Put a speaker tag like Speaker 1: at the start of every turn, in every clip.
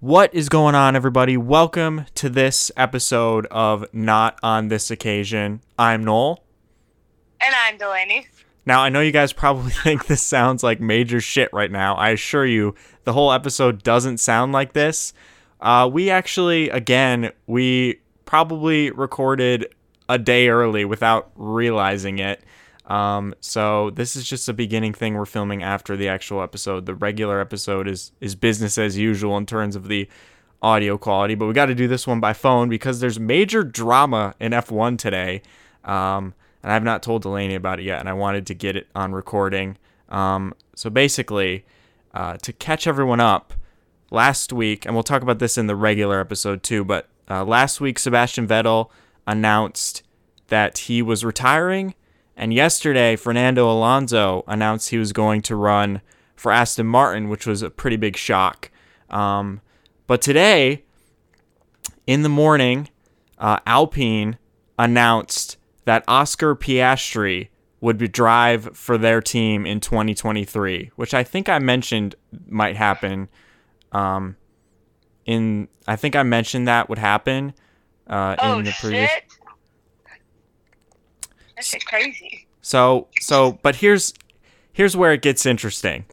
Speaker 1: What is going on, everybody? Welcome to this episode of Not on This Occasion. I'm Noel.
Speaker 2: And I'm Delaney.
Speaker 1: Now, I know you guys probably think this sounds like major shit right now. I assure you, the whole episode doesn't sound like this. Uh, we actually, again, we probably recorded a day early without realizing it. Um, so this is just a beginning thing we're filming after the actual episode. The regular episode is is business as usual in terms of the audio quality, but we got to do this one by phone because there's major drama in F1 today. Um, and I've not told Delaney about it yet, and I wanted to get it on recording. Um, so basically, uh, to catch everyone up, last week, and we'll talk about this in the regular episode too, but uh, last week, Sebastian Vettel announced that he was retiring. And yesterday, Fernando Alonso announced he was going to run for Aston Martin, which was a pretty big shock. Um, but today, in the morning, uh, Alpine announced that Oscar Piastri would be drive for their team in 2023, which I think I mentioned might happen. Um, in I think I mentioned that would happen uh,
Speaker 2: Oh
Speaker 1: in the previous.
Speaker 2: shit! That's crazy.
Speaker 1: So so but here's here's where it gets interesting.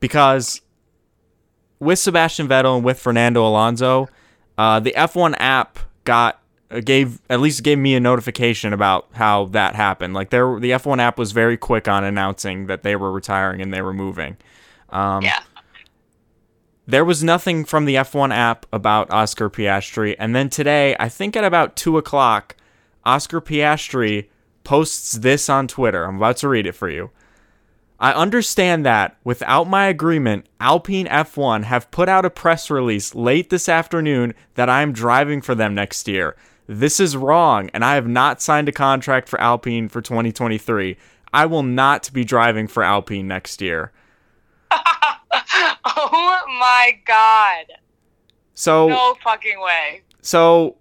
Speaker 1: Because with Sebastian Vettel and with Fernando Alonso, uh, the F1 app got uh, gave at least gave me a notification about how that happened. Like there the F1 app was very quick on announcing that they were retiring and they were moving. Um,
Speaker 2: Yeah.
Speaker 1: there was nothing from the F1 app about Oscar Piastri. And then today, I think at about 2 o'clock, Oscar Piastri posts this on Twitter. I'm about to read it for you. I understand that, without my agreement, Alpine F1 have put out a press release late this afternoon that I am driving for them next year. This is wrong, and I have not signed a contract for Alpine for 2023. I will not be driving for Alpine next year.
Speaker 2: oh my god!
Speaker 1: So
Speaker 2: No fucking way.
Speaker 1: So,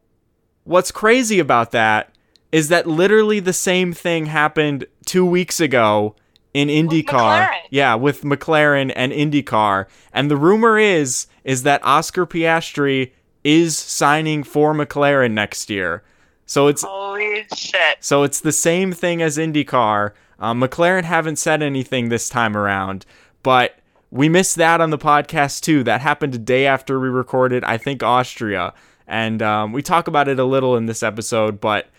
Speaker 1: what's crazy about that is that literally the same thing happened two weeks ago in IndyCar.
Speaker 2: McLaren.
Speaker 1: yeah, with McLaren and IndyCar. And the rumor is is that Oscar Piastri is signing for McLaren next year. So it's
Speaker 2: Holy shit!
Speaker 1: so it's the same thing as IndyCar. Um, McLaren haven't said anything this time around, but we missed that on the podcast too. That happened a day after we recorded, I think, Austria. And um, we talk about it a little in this episode, but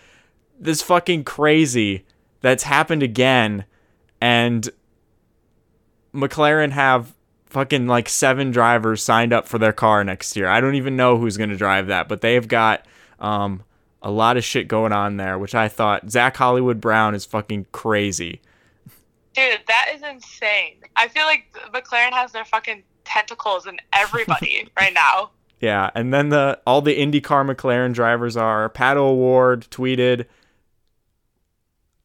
Speaker 1: this fucking crazy that's happened again. And McLaren have fucking like seven drivers signed up for their car next year. I don't even know who's going to drive that, but they've got um, a lot of shit going on there, which I thought Zach Hollywood Brown is fucking crazy.
Speaker 2: Dude, that is insane. I feel like McLaren has their fucking tentacles in everybody right now.
Speaker 1: Yeah, and then the all the IndyCar McLaren drivers are Pato Award tweeted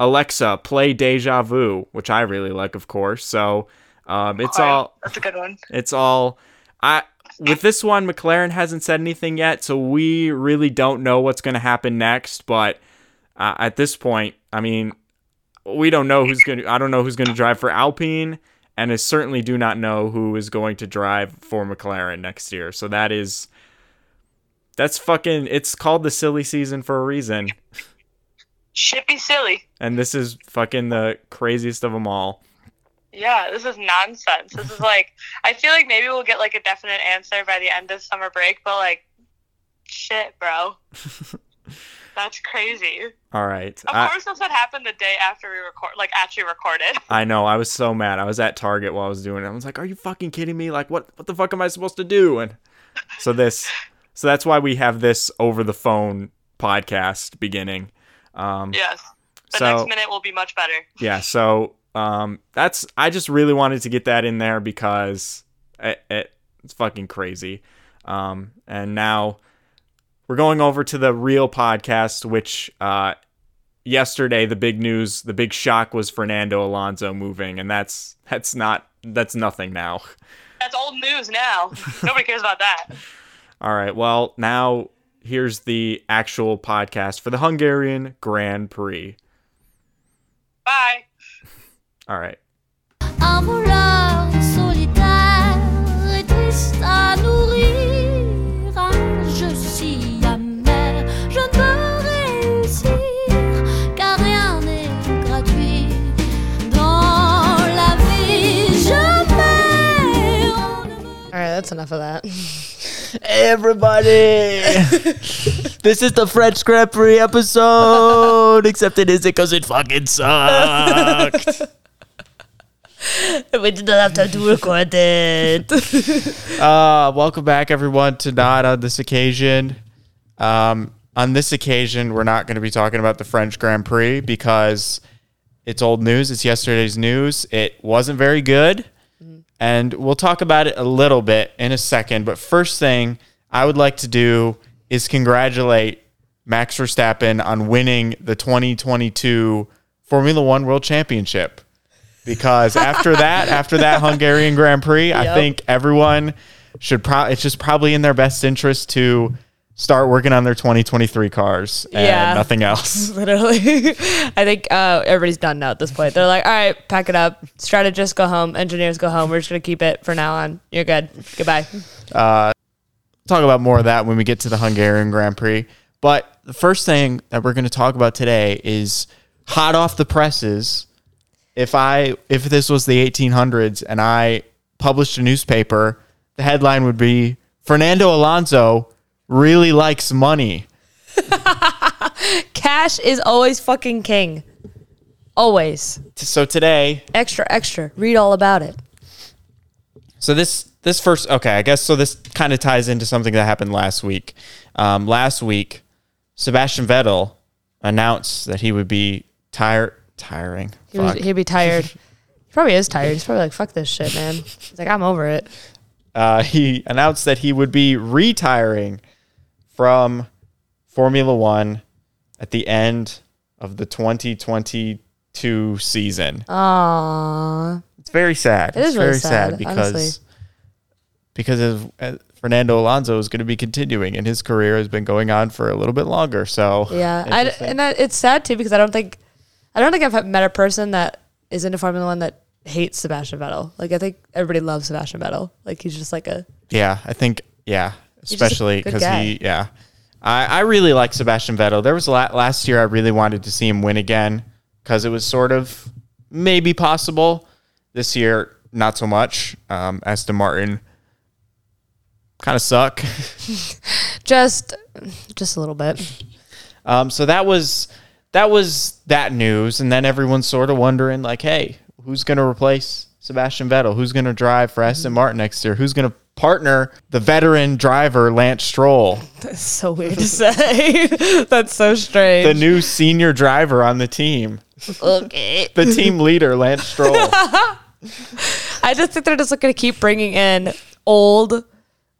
Speaker 1: Alexa play Deja Vu, which I really like, of course. So um, it's
Speaker 2: Alright,
Speaker 1: all
Speaker 2: That's a good one.
Speaker 1: It's all I with this one McLaren hasn't said anything yet, so we really don't know what's going to happen next, but uh, at this point, I mean, we don't know who's going to I don't know who's going to drive for Alpine and I certainly do not know who is going to drive for McLaren next year. So that is that's fucking it's called the silly season for a reason,
Speaker 2: Should be silly.
Speaker 1: and this is fucking the craziest of them all.
Speaker 2: Yeah, this is nonsense. This is like I feel like maybe we'll get like a definite answer by the end of summer break, but like shit, bro. That's crazy.
Speaker 1: All right.
Speaker 2: Of
Speaker 1: I-
Speaker 2: course, that's what happened the day after we record, like actually recorded.
Speaker 1: I know. I was so mad. I was at Target while I was doing it. I was like, "Are you fucking kidding me? Like, what? What the fuck am I supposed to do?" And so this, so that's why we have this over the phone podcast beginning. Um,
Speaker 2: Yes. The
Speaker 1: so
Speaker 2: next minute will be much better.
Speaker 1: yeah, so um, that's. I just really wanted to get that in there because it, it it's fucking crazy. Um, and now we're going over to the real podcast, which uh, yesterday the big news, the big shock was Fernando Alonso moving, and that's that's not that's nothing now.
Speaker 2: That's old news now. Nobody cares about that.
Speaker 1: All right, well now here's the actual podcast for the Hungarian Grand Prix.
Speaker 2: Bye.
Speaker 1: All right.
Speaker 3: Un voleur solitaire est triste à nourrir. Ah, enough of that.
Speaker 4: Everybody, this is the French Scrapery episode, except it isn't because it fucking sucked.
Speaker 3: we did not have time to record it.
Speaker 1: Uh, welcome back, everyone, to Not on this occasion. Um, on this occasion, we're not going to be talking about the French Grand Prix because it's old news. It's yesterday's news. It wasn't very good. And we'll talk about it a little bit in a second. But first thing I would like to do is congratulate Max Verstappen on winning the 2022 Formula One World Championship. Because after that, after that Hungarian Grand Prix, I
Speaker 3: Yep.
Speaker 1: think everyone should probably, it's just probably in their best interest to start working on their 2023 cars and
Speaker 3: Yeah.
Speaker 1: nothing else.
Speaker 3: Literally, I think uh, everybody's done now at this point. They're like, all right, pack it up. Strategists go home. Engineers go home. We're just gonna keep it for now on. You're good. Goodbye.
Speaker 1: talk about more of that when we get to the Hungarian Grand Prix. But the first thing that we're going to talk about today is hot off the presses. If I if this was the 1800s and I published a newspaper, the headline would be Fernando Alonso really likes money.
Speaker 3: Cash is always fucking king. Always
Speaker 1: So today,
Speaker 3: extra, extra. Read all about it.
Speaker 1: So this this first okay, I guess so this kind of ties into something that happened last week. Um, last week, Sebastian Vettel announced that he would be tire tiring.
Speaker 3: He was,
Speaker 1: Fuck.
Speaker 3: he'd be tired. he probably is tired. He's probably like, fuck this shit, man. He's like, I'm over it.
Speaker 1: Uh, he announced that he would be retiring from Formula One at the end of the 2022 season.
Speaker 3: Aww.
Speaker 1: It's very sad.
Speaker 3: is
Speaker 1: it's very
Speaker 3: really sad,
Speaker 1: because
Speaker 3: honestly.
Speaker 1: because of, uh, Fernando Alonso is going to be continuing, and his career has been going on for a little bit longer. So
Speaker 3: Yeah. I,
Speaker 1: Interesting.
Speaker 3: and that, it's sad too because I don't think, I don't think I've met a person that is into Formula One that hates Sebastian Vettel. Like, I think everybody loves Sebastian Vettel. Like, he's just like a,
Speaker 1: yeah, I think yeah,
Speaker 3: just a
Speaker 1: especially
Speaker 3: good
Speaker 1: because
Speaker 3: guy.
Speaker 1: he yeah, I, I really like Sebastian Vettel. There was la- last year I really wanted to see him win again because it was sort of maybe possible. This year, not so much. Um, Aston Martin kind of suck.
Speaker 3: just, just a little bit.
Speaker 1: Um, so that was that was that news, and then everyone's sort of wondering, like, hey, who's going to replace Sebastian Vettel? Who's going to drive for Aston Martin next year? Who's going to partner the veteran driver Lance Stroll,
Speaker 3: That's so weird to say. That's so
Speaker 1: the
Speaker 3: strange.
Speaker 1: new senior driver on the team,
Speaker 3: okay.
Speaker 1: the team leader Lance Stroll?
Speaker 3: I just think they're just going to keep bringing in old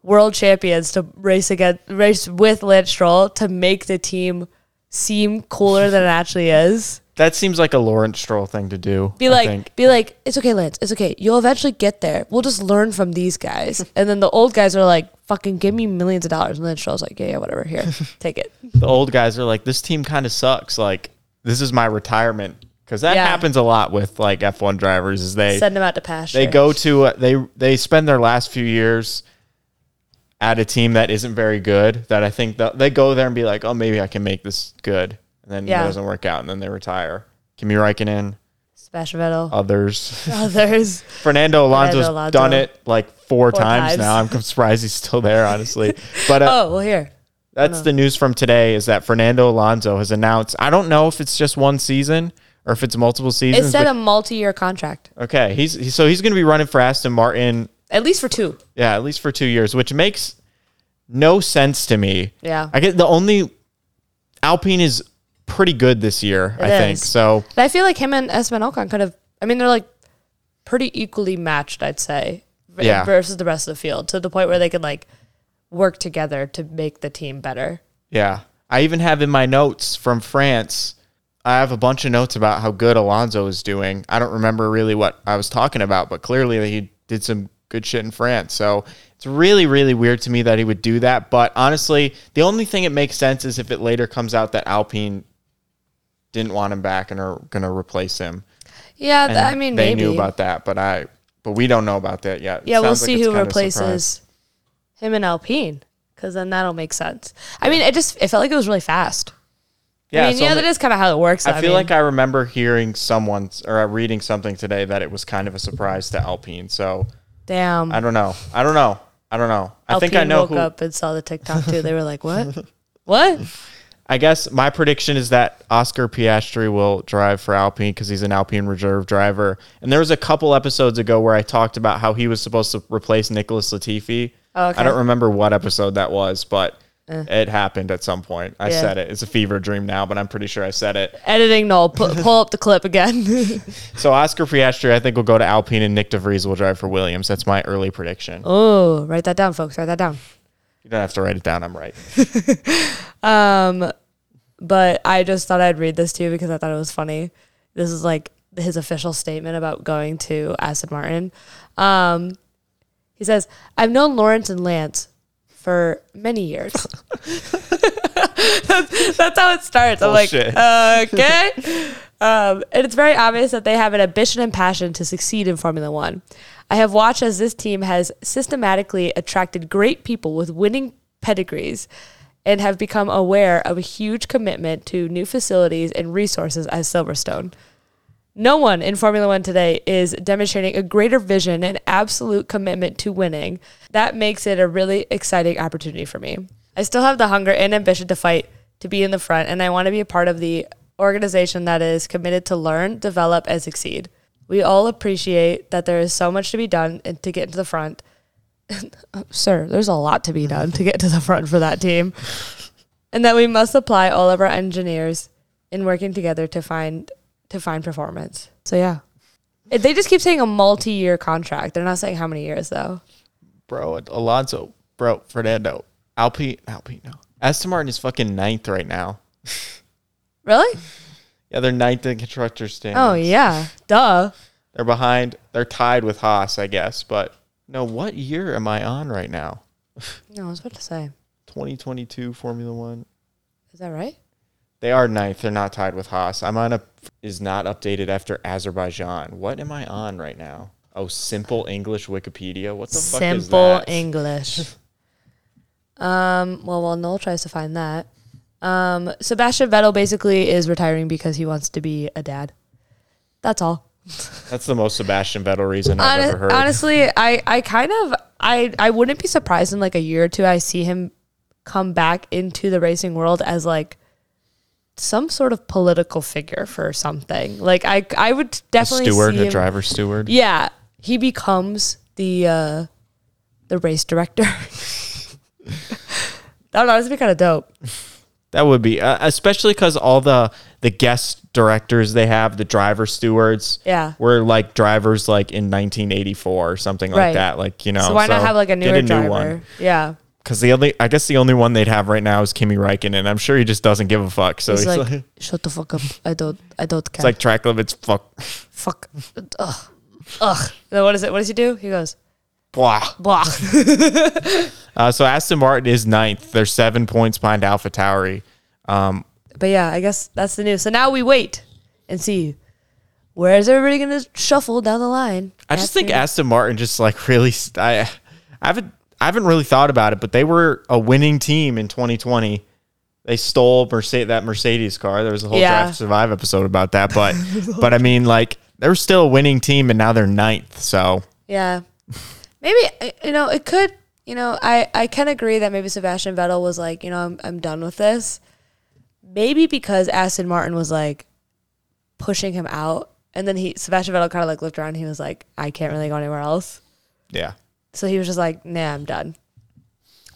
Speaker 3: world champions to race again, race with Lance Stroll to make the team seem cooler than it actually is.
Speaker 1: that seems like a Lawrence Stroll thing to do.
Speaker 3: Be
Speaker 1: I
Speaker 3: like,
Speaker 1: think.
Speaker 3: be like, it's okay, Lance. It's okay. You'll eventually get there. We'll just learn from these guys. And then the old guys are like, fucking give me millions of dollars. And Lance Stroll's like, yeah, yeah, whatever. Here, take it.
Speaker 1: the old guys are like, this team kind of sucks. Like, this is my retirement because that
Speaker 3: Yeah.
Speaker 1: happens a lot with like F1 drivers. Is they
Speaker 3: Send them out to pasture.
Speaker 1: they go to uh, they they spend their last few years at a team that isn't very good that i think that they go there and be like oh maybe i can make this good and then
Speaker 3: Yeah.
Speaker 1: it doesn't work out and then they retire kimi Räikkönen,
Speaker 3: Sebastian
Speaker 1: Uh,
Speaker 3: Vettel.
Speaker 1: others
Speaker 3: Others.
Speaker 1: fernando alonso's
Speaker 3: Alonso.
Speaker 1: done it like four,
Speaker 3: Four
Speaker 1: times,
Speaker 3: times.
Speaker 1: now i'm surprised he's still there honestly but uh,
Speaker 3: Oh, well, here.
Speaker 1: that's the news from today is that fernando alonso has announced i don't know if it's just one season or if it's multiple
Speaker 3: It
Speaker 1: seasons
Speaker 3: said
Speaker 1: but-
Speaker 3: a multi-year contract,
Speaker 1: okay he's he- so he's going to be running for aston martin
Speaker 3: at least for two.
Speaker 1: Yeah, at least for two years, which makes no sense to me.
Speaker 3: Yeah.
Speaker 1: I get the only Alpine is pretty good this year, I think.
Speaker 3: is.
Speaker 1: So
Speaker 3: But I feel like him and Esteban Ocon could have. I mean, they're like pretty equally matched, I'd say, v-
Speaker 1: Yeah.
Speaker 3: versus the rest of the field to the point where they could like work together to make the team better.
Speaker 1: yeah. I even have in my notes from France, I have a bunch of notes about how good Alonso is doing. I don't remember really what I was talking about, but clearly he did some good shit in France. So it's really, really weird to me that he would do that. But honestly, the only thing it makes sense is if it later comes out that Alpine didn't want him back and are going to replace him.
Speaker 3: Yeah, th-
Speaker 1: and
Speaker 3: I mean,
Speaker 1: they
Speaker 3: maybe.
Speaker 1: knew about that, but I but we don't know about that yet. It
Speaker 3: yeah, we'll
Speaker 1: sounds like
Speaker 3: see
Speaker 1: it's
Speaker 3: who
Speaker 1: kind of a surprise.
Speaker 3: replaces him and Alpine, because then that'll make sense. I mean, it just it felt like it was really fast.
Speaker 1: Yeah,
Speaker 3: I mean,
Speaker 1: so
Speaker 3: yeah,
Speaker 1: ma-
Speaker 3: that is kind of how it works.
Speaker 1: I feel
Speaker 3: mean.
Speaker 1: like I remember hearing someone s- or uh, reading something today that it was kind of a surprise to Alpine. So
Speaker 3: damn.
Speaker 1: I don't know. I don't know. I don't know. I
Speaker 3: LP
Speaker 1: think I know
Speaker 3: woke
Speaker 1: who.
Speaker 3: up and saw the TikTok too. They were like, "What? what?
Speaker 1: I guess my prediction is that Oscar Piastri will drive for Alpine because he's an Alpine reserve driver. And there was a couple episodes ago where I talked about how he was supposed to replace Nicholas Latifi.
Speaker 3: Oh, okay. Eh.
Speaker 1: I don't remember what episode that was, but it happened at some point. I
Speaker 3: Yeah.
Speaker 1: said it. It's a fever dream now, but I'm pretty sure I said it.
Speaker 3: Editing? No. Pu- pull up the clip again.
Speaker 1: So Oscar Piastri, I think, will go to Alpine, and Nick DeVries will drive for Williams. That's my early prediction.
Speaker 3: oh, write that down, folks. Write that down.
Speaker 1: You don't have to write it down. I'm right.
Speaker 3: but I just thought I'd read this to you because I thought it was funny. This is like his official statement about going to Aston Martin. Um, he says, I've known Lawrence and Lance for many years. that's, that's how it starts.
Speaker 1: Bullshit.
Speaker 3: I'm like, okay. Um, and it's very obvious that they have an ambition and passion to succeed in Formula One. I have watched as this team has systematically attracted great people with winning pedigrees and have become aware of a huge commitment to new facilities and resources as Silverstone. No one in Formula One today is demonstrating a greater vision and absolute commitment to winning. That makes it a really exciting opportunity for me. I still have the hunger and ambition to fight to be in the front, and I want to be a part of the organization that is committed to learn, develop, and succeed. We all appreciate that there is so much to be done and to get to the front. Sir, there's a lot to be done to get to the front for that team and that we must apply all of our engineers in working together to find to find performance. So yeah. It- They just keep saying a multi-year contract. They're not saying how many years though.
Speaker 1: bro, Alonso, bro, Fernando, Alpine, Alpine, no. Aston Martin is fucking ninth right now.
Speaker 3: Really?
Speaker 1: Yeah, they're ninth in constructor standings.
Speaker 3: Oh yeah. Duh.
Speaker 1: They're behind. They're tied with Haas, I guess. But no, what year am I on right now?
Speaker 3: No, I was about to say.
Speaker 1: 2022 Formula One.
Speaker 3: Is that right?
Speaker 1: They are ninth. They're not tied with Haas. I'm on a is not updated after Azerbaijan. What am I on right now? Oh, simple English Wikipedia. What the fuck is
Speaker 3: Simple
Speaker 1: that?
Speaker 3: English. um, well, while Noel tries to find that, um, Sebastian Vettel basically is retiring because he wants to be a dad. That's all.
Speaker 1: That's the most Sebastian Vettel reason I've
Speaker 3: Hone-
Speaker 1: ever heard.
Speaker 3: Honestly, I, I kind of I I wouldn't be surprised in like a year or two I see him come back into the racing world as like some sort of political figure for something. Like I I would definitely
Speaker 1: steward,
Speaker 3: see
Speaker 1: a
Speaker 3: him-
Speaker 1: driver steward.
Speaker 3: Yeah, he becomes the uh the race director. that would honestly be kind of dope.
Speaker 1: That would be uh, especially because all the the guest directors they have, the driver stewards,
Speaker 3: Yeah.
Speaker 1: were like drivers like in 1984 or something
Speaker 3: Right.
Speaker 1: like that. Like you know,
Speaker 3: So why not have like a newer driver? Yeah.
Speaker 1: Because the only, I guess the only one they'd have right now is Kimi Räikkönen, and I'm sure he just doesn't give a fuck. So
Speaker 3: He's
Speaker 1: he's
Speaker 3: like,
Speaker 1: like, it's
Speaker 3: shut the fuck up. I don't I don't care.
Speaker 1: like track limits, fuck,
Speaker 3: fuck. Ugh. Ugh. Then what is it? What does he do? He goes,
Speaker 1: blah.
Speaker 3: blah.
Speaker 1: Uh, so Aston Martin is ninth. They're seven points behind Alpha Tauri. Um,
Speaker 3: But yeah, I guess that's the news. So now we wait and see where is everybody going to shuffle down the line.
Speaker 1: I just think Aston Martin just like really. St- I, I haven't I haven't really thought about it, but they were a winning team in 2020. They stole Mercedes that Mercedes car. There was a whole
Speaker 3: Yeah.
Speaker 1: Drive to Survive episode about that, but but I mean like they're still a winning team, and now they're ninth. So
Speaker 3: Yeah. Maybe, uh, you know, it could, you know, I, I can agree that maybe Sebastian Vettel was like, you know, I'm, I'm done with this. Maybe because Aston Martin was like pushing him out. And then he, Sebastian Vettel kind of like looked around. And he was like, I can't really go anywhere else.
Speaker 1: yeah,
Speaker 3: So he was just like, "Nah, I'm done."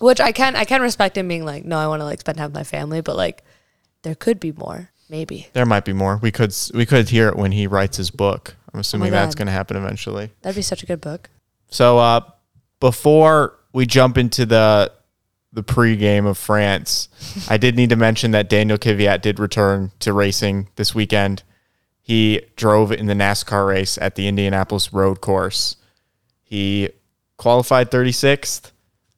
Speaker 3: Which I can I can respect him being like, "No, I want to like spend time with my family," but like, there could be more, maybe.
Speaker 1: there might be more. We could s- we could hear it when he writes his book. I'm assuming that's
Speaker 3: Oh God.
Speaker 1: going to happen eventually.
Speaker 3: That'd be such a good book.
Speaker 1: So uh, before we jump into the the pregame of France, I did need to mention that Daniel Kvyat did return to racing this weekend. He drove in the NASCAR race at the Indianapolis Road Course. He qualified 36th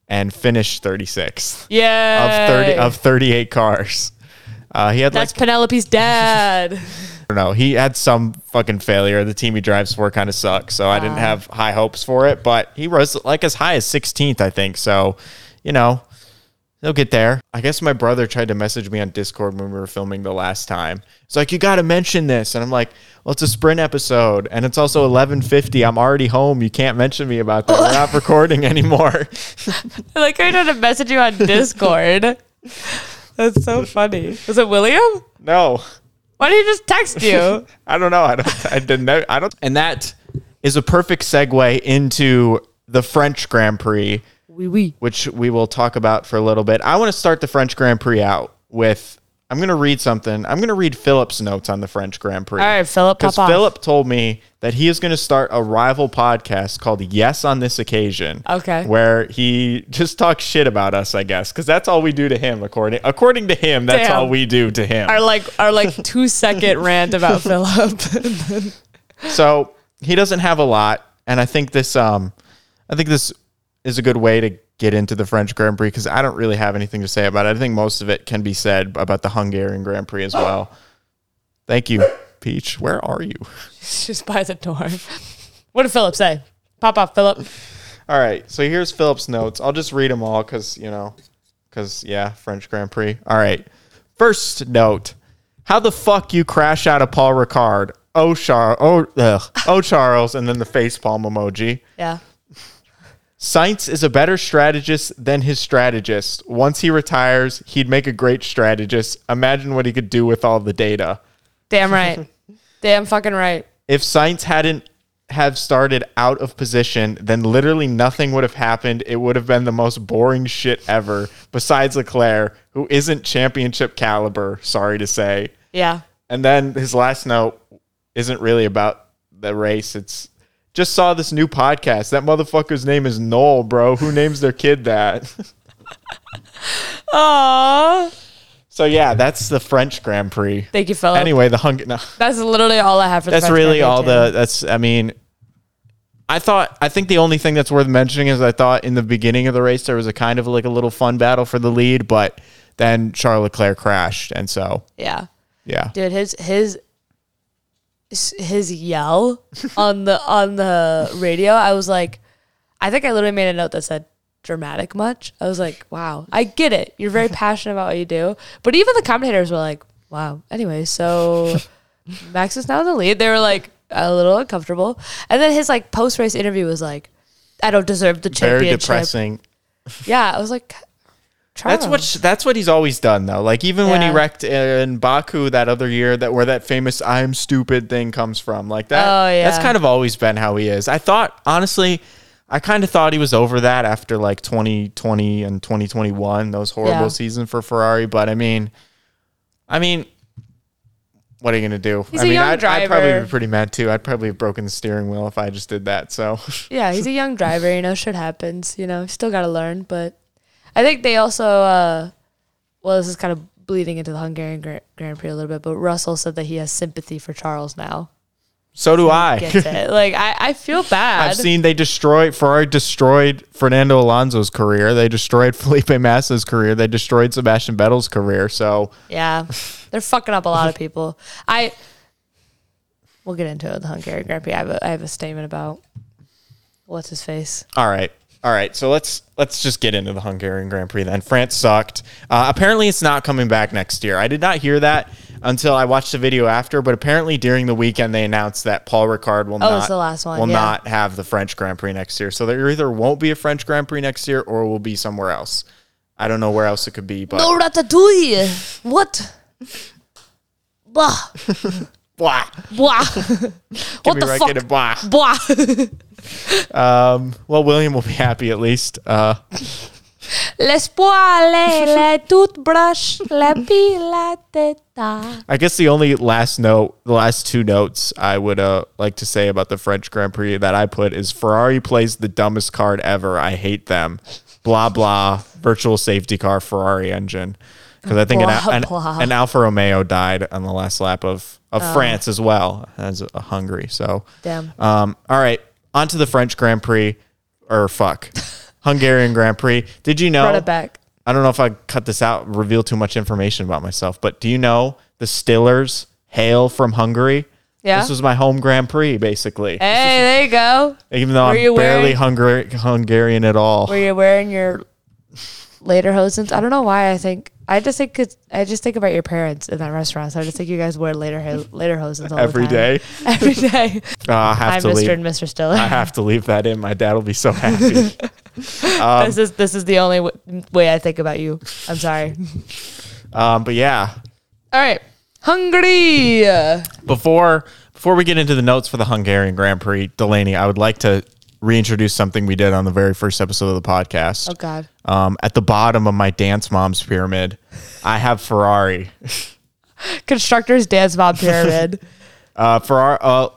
Speaker 1: and finished 36th
Speaker 3: Yeah,
Speaker 1: of 30 of 38 cars. Uh, he had like
Speaker 3: that's Penelope's dad.
Speaker 1: I don't know. He had some fucking failure. The team he drives for kind of sucks, so I didn't have high hopes for it. But he was like as high as 16th, I think. So, you know, They'll get there. I guess my brother tried to message me on Discord when we were filming the last time. It's like, you got to mention this. And I'm like, well, it's a sprint episode and it's also 1150. I'm already home. You can't mention me about that. We're not recording anymore.
Speaker 3: I like I tried to message you on Discord. That's so funny. Was it William?
Speaker 1: No,
Speaker 3: Why didn't he just text you?
Speaker 1: I don't know. I don't, I didn't know. I don't. And that is a perfect segue into the French Grand Prix.
Speaker 3: Wee wee.
Speaker 1: which we will talk about for a little bit. I want to start the French Grand Prix out with I'm going to read something. I'm going to read Philip's notes on the French Grand Prix.
Speaker 3: All right, Philip,
Speaker 1: Because
Speaker 3: pop off.
Speaker 1: Philip told me that he is going to start a rival podcast called Yes on This Occasion.
Speaker 3: Okay.
Speaker 1: Where he just talks shit about us, I guess, because that's all we do to him. According according to him, that's
Speaker 3: Damn.
Speaker 1: all we do to him.
Speaker 3: Our like our like two second rant about Philip.
Speaker 1: So he doesn't have a lot, and I think this um, I think this is a good way to get into the French Grand Prix because I don't really have anything to say about it. I think most of it can be said about the Hungarian Grand Prix as well. Thank you, Peach. Where are you?
Speaker 3: just by the door. What did Philip say? Pop off, Philip.
Speaker 1: All right, so here's Philip's notes. I'll just read them all because, you know, because, yeah, French Grand Prix. All right. First note How the fuck you crash out of Paul Ricard? Oh, Char- oh, ugh. oh Charles, and then the facepalm emoji.
Speaker 3: Yeah.
Speaker 1: Sainz is a better strategist than his strategist. Once he retires, he'd make a great strategist. Imagine what he could do with all the data.
Speaker 3: Damn right. Damn fucking right.
Speaker 1: If Sainz hadn't have started out of position, then literally nothing would have happened. It would have been the most boring shit ever, besides Leclerc, who isn't championship caliber, sorry to say.
Speaker 3: Yeah.
Speaker 1: And then his last note isn't really about the race. It's just saw this new podcast. That motherfucker's name is Noel, bro. Who names their kid that?
Speaker 3: Aww.
Speaker 1: So yeah, that's the French Grand Prix.
Speaker 3: Thank you, Philip.
Speaker 1: Anyway, the hung. No,
Speaker 3: That's literally all I have for the
Speaker 1: that's
Speaker 3: French
Speaker 1: really
Speaker 3: Grand Prix
Speaker 1: all
Speaker 3: today.
Speaker 1: the. That's I mean, I thought I think the only thing that's worth mentioning is I thought in the beginning of the race there was a kind of like a little fun battle for the lead, but then Charles Leclerc crashed, and so
Speaker 3: Yeah.
Speaker 1: yeah,
Speaker 3: Dude, his his his yell on the on the radio, I was like I think I literally made a note that said dramatic much. I was like, wow, I get it. You're very passionate about what you do. But even the commentators were like, wow. Anyway, so Max is now in the lead. They were like a little uncomfortable. And then his like post race interview was like, I don't deserve the championship.
Speaker 1: very depressing.
Speaker 3: Yeah. I was like,
Speaker 1: That's what sh- that's what he's always done though. Like even when he
Speaker 3: Oh. Yeah.
Speaker 1: wrecked in Baku that other year, that where that famous "I'm stupid" thing comes from. Like that.
Speaker 3: Oh, yeah.
Speaker 1: That's kind of always been how he is. I thought honestly, I kind of thought he was over that after like 2020 and 2021, those horrible
Speaker 3: Yeah.
Speaker 1: seasons for Ferrari. But I mean, I mean. What are you gonna do?
Speaker 3: He's
Speaker 1: I
Speaker 3: a
Speaker 1: mean,
Speaker 3: young
Speaker 1: I'd, I'd probably
Speaker 3: driver.
Speaker 1: be pretty mad too. I'd probably have broken the steering wheel if I just did that. So
Speaker 3: Yeah, he's a young driver. You know, shit happens. You know, still got to learn. But I think they also, uh, well, this is kind of bleeding into the Hungarian Grand, Grand Prix a little bit. But Russell said that he has sympathy for Charles now.
Speaker 1: so do I.
Speaker 3: Gets it? Like I, I feel bad.
Speaker 1: I've seen they destroyed Ferrari destroyed Fernando Alonso's career. They destroyed Felipe Massa's career. They destroyed Sebastian Vettel's career. So
Speaker 3: yeah, they're fucking up a lot of people. I. We'll get into it. The Hungarian Grand Prix. I have a, I have a statement about what's his face.
Speaker 1: all right. All right, so let's let's just get into the Hungarian Grand Prix then. France sucked. Uh, apparently, it's not coming back next year. I did not hear that until I watched the video after. But apparently, during the weekend, they announced that Paul Ricard will
Speaker 3: Oh,
Speaker 1: not
Speaker 3: it's the last one,
Speaker 1: will
Speaker 3: yeah.
Speaker 1: not have the French Grand Prix next year. So there either won't be a French Grand Prix next year, or will be somewhere else. I don't know where else it could be, but
Speaker 3: No ratatouille. What? Blah
Speaker 1: blah,
Speaker 3: blah. what
Speaker 1: Be
Speaker 3: the
Speaker 1: right,
Speaker 3: fuck?
Speaker 1: get it, blah.
Speaker 3: Blah.
Speaker 1: Well, William will be happy at least. Uh,
Speaker 3: Les poils, les toothbrush, la pile la teta.
Speaker 1: I guess the only last note, the last two notes I would uh, like to say about the French Grand Prix that I put is Ferrari plays the dumbest card ever. I hate them. Blah, blah, virtual safety car Ferrari engine. Because I think an,
Speaker 3: Blah,
Speaker 1: an,
Speaker 3: blah. Oh.
Speaker 1: an Alfa Romeo died on the last lap of, of France as well as uh, Hungary. So,
Speaker 3: Damn.
Speaker 1: Um, all right, on to the French Grand Prix, or fuck, Hungarian Grand Prix. Did you know?
Speaker 3: Brought it back.
Speaker 1: I don't know if I cut this out, reveal too much information about myself, but do you know the Stillers hail from Hungary?
Speaker 3: Yeah.
Speaker 1: This was my home Grand Prix, basically.
Speaker 3: Hey, there you go.
Speaker 1: Even though
Speaker 3: Were
Speaker 1: I'm
Speaker 3: you
Speaker 1: barely
Speaker 3: wearing-
Speaker 1: Hungar- Hungarian at all.
Speaker 3: Were you wearing your later hosens. I don't know why. I think I just think it's, I just think about your parents in that restaurant. So I just think you guys wear later ho- later hosens all
Speaker 1: every
Speaker 3: the time.
Speaker 1: day.
Speaker 3: Every day.
Speaker 1: Uh, I have
Speaker 3: Hi,
Speaker 1: to
Speaker 3: Mr.
Speaker 1: leave.
Speaker 3: and Mr. Stiller.
Speaker 1: I have to leave that in. My dad will be so happy.
Speaker 3: this is this is the only w- way I think about you. I'm sorry.
Speaker 1: um, but yeah,
Speaker 3: all right, hungry. Oh,
Speaker 1: before before we get into the notes for the Hungarian Grand Prix, Delaney, I would like to reintroduce something we did on the very first episode of the podcast.
Speaker 3: Oh God.
Speaker 1: Um, at the bottom of my dance mom's pyramid, I have Ferrari.
Speaker 3: Constructors Dance Mob Pyramid.
Speaker 1: Uh, Ferrari. Uh,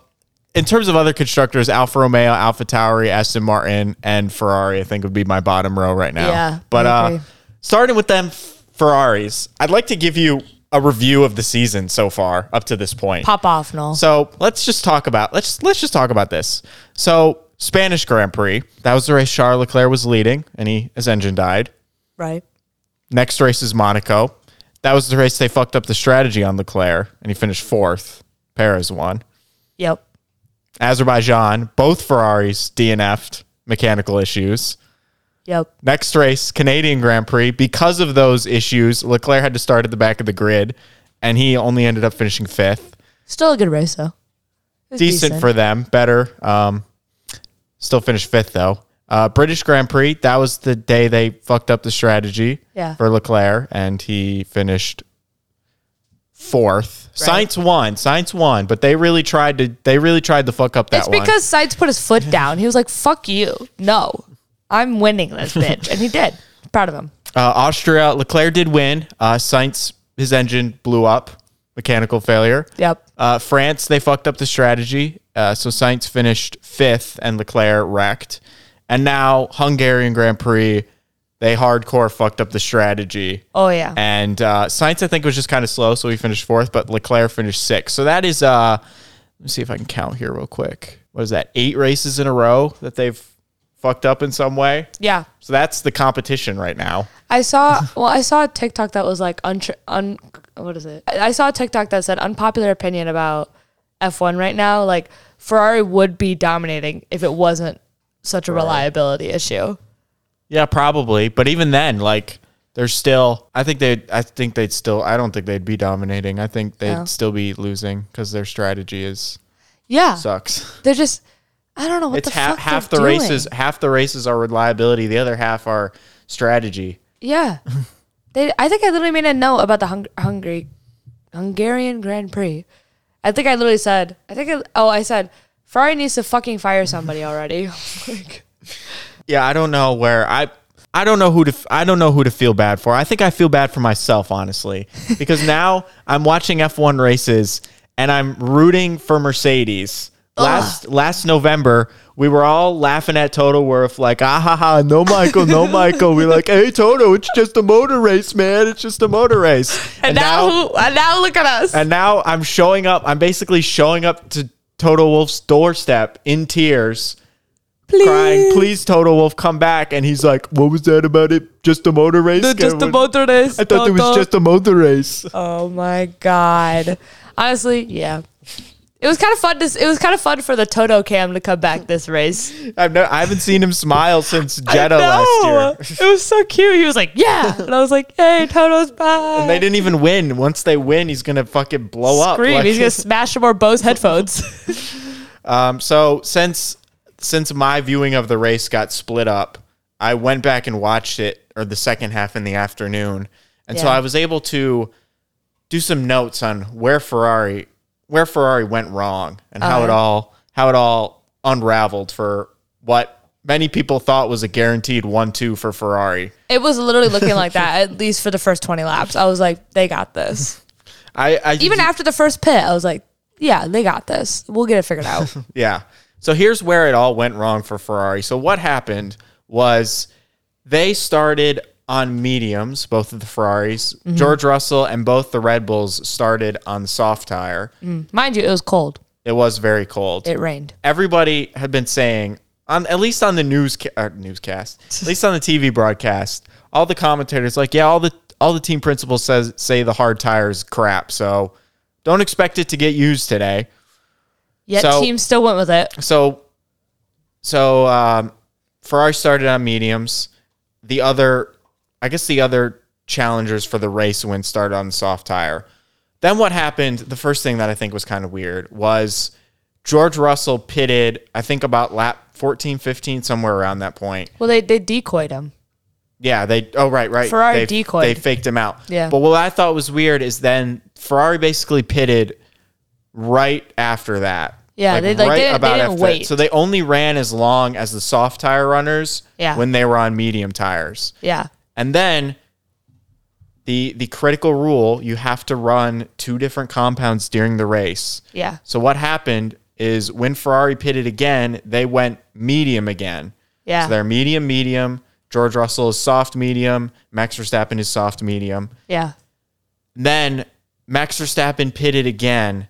Speaker 1: in terms of other constructors, Alfa Romeo, Alfa Tauri, Aston Martin, and Ferrari, I think would be my bottom row right now.
Speaker 3: Yeah,
Speaker 1: But
Speaker 3: I
Speaker 1: uh,
Speaker 3: agree.
Speaker 1: starting with them Ferraris, I'd like to give you a review of the season so far up to this point.
Speaker 3: Pop off, Noel.
Speaker 1: So let's just talk about let's let's just talk about this. So Spanish Grand Prix that was the race Charles Leclerc was leading, and he his engine died.
Speaker 3: right.
Speaker 1: Next race is Monaco. That was the race they fucked up the strategy on Leclerc, and he finished fourth. Perez won.
Speaker 3: Yep.
Speaker 1: Azerbaijan, both Ferraris DNF'd, mechanical issues.
Speaker 3: Yep.
Speaker 1: Next race, Canadian Grand Prix. Because of those issues, Leclerc had to start at the back of the grid, and he only ended up finishing fifth.
Speaker 3: Still a good race though. It was
Speaker 1: decent, for them. Better. Um, still finished fifth though. Uh, British Grand Prix. That was the day they fucked up the strategy
Speaker 3: Yeah.
Speaker 1: for Leclerc, and he finished fourth. Science won. Science won, but they really tried to. They really tried to fuck up that
Speaker 3: It's
Speaker 1: one.
Speaker 3: because Sides put his foot down. He was like, "Fuck you, no, I'm winning this bitch," and he did. Proud of him.
Speaker 1: uh, Austria. Leclerc did win. Uh, Science. His engine blew up. Mechanical failure.
Speaker 3: Yep.
Speaker 1: Uh, France, they fucked up the strategy. Uh, so Sainz finished fifth and Leclerc wrecked. And now Hungarian Grand Prix, they hardcore fucked up the strategy.
Speaker 3: Oh yeah.
Speaker 1: And uh, Sainz, I think, was just kind of slow, so he finished fourth, but Leclerc finished sixth. So that is, uh, let me see if I can count here real quick. What is that? Eight races in a row that they've fucked up in some way.
Speaker 3: yeah.
Speaker 1: So that's the competition right now.
Speaker 3: I saw. Well, I saw a TikTok that was like untr un. What is it? I I saw a TikTok that said unpopular opinion about F1 right now. Like Ferrari would be dominating if it wasn't such a reliability issue.
Speaker 1: Yeah, probably. But even then, like they're still. I think they. I think they'd still. I don't think they'd be dominating. I think they'd
Speaker 3: Yeah.
Speaker 1: still be losing because their strategy is
Speaker 3: Yeah.
Speaker 1: sucks.
Speaker 3: They're just. I don't know what
Speaker 1: it's
Speaker 3: the
Speaker 1: half
Speaker 3: fuck
Speaker 1: half the
Speaker 3: they're doing.
Speaker 1: races. Half the races are reliability. The other half are strategy.
Speaker 3: Yeah. they I think I literally made a note about the hung- Hungary Hungarian Grand Prix. I think I literally said I think I, oh I said Ferrari needs to fucking fire somebody already. like,
Speaker 1: Yeah, I don't know where I. I don't know who to. f- I don't know who to feel bad for. I think I feel bad for myself, honestly, because now I'm watching F1 races and I'm rooting for Mercedes. Last last November, we were all laughing at Toto Worth, like, ah ha ha, no Michael, no Michael. We're like, hey Toto, it's just a motor race, man. It's just a motor race. And,
Speaker 3: who, and now look at us.
Speaker 1: and now I'm showing up. I'm basically showing up to Toto Wolf's doorstep in tears, crying, "Please, Toto Wolf, come back!" And he's like, "What was that about it? Just a motor race?
Speaker 3: just a
Speaker 1: Everyone-
Speaker 3: motor race.
Speaker 1: I thought it was just a motor race."
Speaker 3: Oh my god. Honestly, yeah. It was kind of fun to s- it was kind of fun for the Toto cam to come back this race.
Speaker 1: I've no, I haven't seen him smile since Jeddah last
Speaker 3: No.
Speaker 1: year.
Speaker 3: It was so cute. He was like, "Yeah." And I was like, "Hey, Toto's back."
Speaker 1: They didn't even win. Once they win, he's gonna fucking blow up.
Speaker 3: scream.
Speaker 1: Like-
Speaker 3: He's gonna smash some more Bose headphones.
Speaker 1: Um, so since since my viewing of the race got split up, I went back and watched it or the second half in the afternoon, and so
Speaker 3: Yeah.
Speaker 1: I was able to do some notes on where Ferrari where Ferrari went wrong and how it
Speaker 3: Uh-huh.
Speaker 1: all how it all unraveled for what many people thought was a guaranteed one-two for Ferrari.
Speaker 3: it was literally looking like that, at least for the first twenty laps. I was like, they got this.
Speaker 1: I, I
Speaker 3: Even after the first pit, I was like, yeah, they got this. We'll get it figured out.
Speaker 1: Yeah. So here's where it all went wrong for Ferrari. So what happened was they started on mediums, both of the Ferraris. George Russell and both the Red Bulls started on soft tire.
Speaker 3: Mind you, it was cold.
Speaker 1: It was very cold.
Speaker 3: It rained.
Speaker 1: Everybody had been saying on at least on the news uh, newscast, at least on the TV broadcast, all the commentators like, yeah, all the all the team principals says say the hard tire is crap. So don't expect it to get used today.
Speaker 3: Yet
Speaker 1: So-
Speaker 3: team still went with it.
Speaker 1: So, so um, Ferrari started on mediums. The other I guess the other challengers for the race win started on soft tire. Then what happened? The first thing that I think was kind of weird was George Russell pitted. I think about lap 14, 15, somewhere around that point.
Speaker 3: Well, they they decoyed him.
Speaker 1: Yeah, they. Oh, right, right.
Speaker 3: Ferrari
Speaker 1: they,
Speaker 3: decoyed.
Speaker 1: They faked him out.
Speaker 3: Yeah.
Speaker 1: But what I thought was weird is then Ferrari basically pitted right after that.
Speaker 3: Yeah, they- like, they didn't- they didn't
Speaker 1: after that.
Speaker 3: wait.
Speaker 1: So they only ran as long as the soft tire runners.
Speaker 3: Yeah.
Speaker 1: When they were on medium tires,
Speaker 3: Yeah.
Speaker 1: and then the the critical rule you have to run two different compounds during the race.
Speaker 3: Yeah.
Speaker 1: So what happened is when Ferrari pitted again, they went medium again.
Speaker 3: Yeah.
Speaker 1: So they're medium, medium. George Russell is soft medium. Max Verstappen is soft medium.
Speaker 3: Yeah.
Speaker 1: Then Max Verstappen pitted again.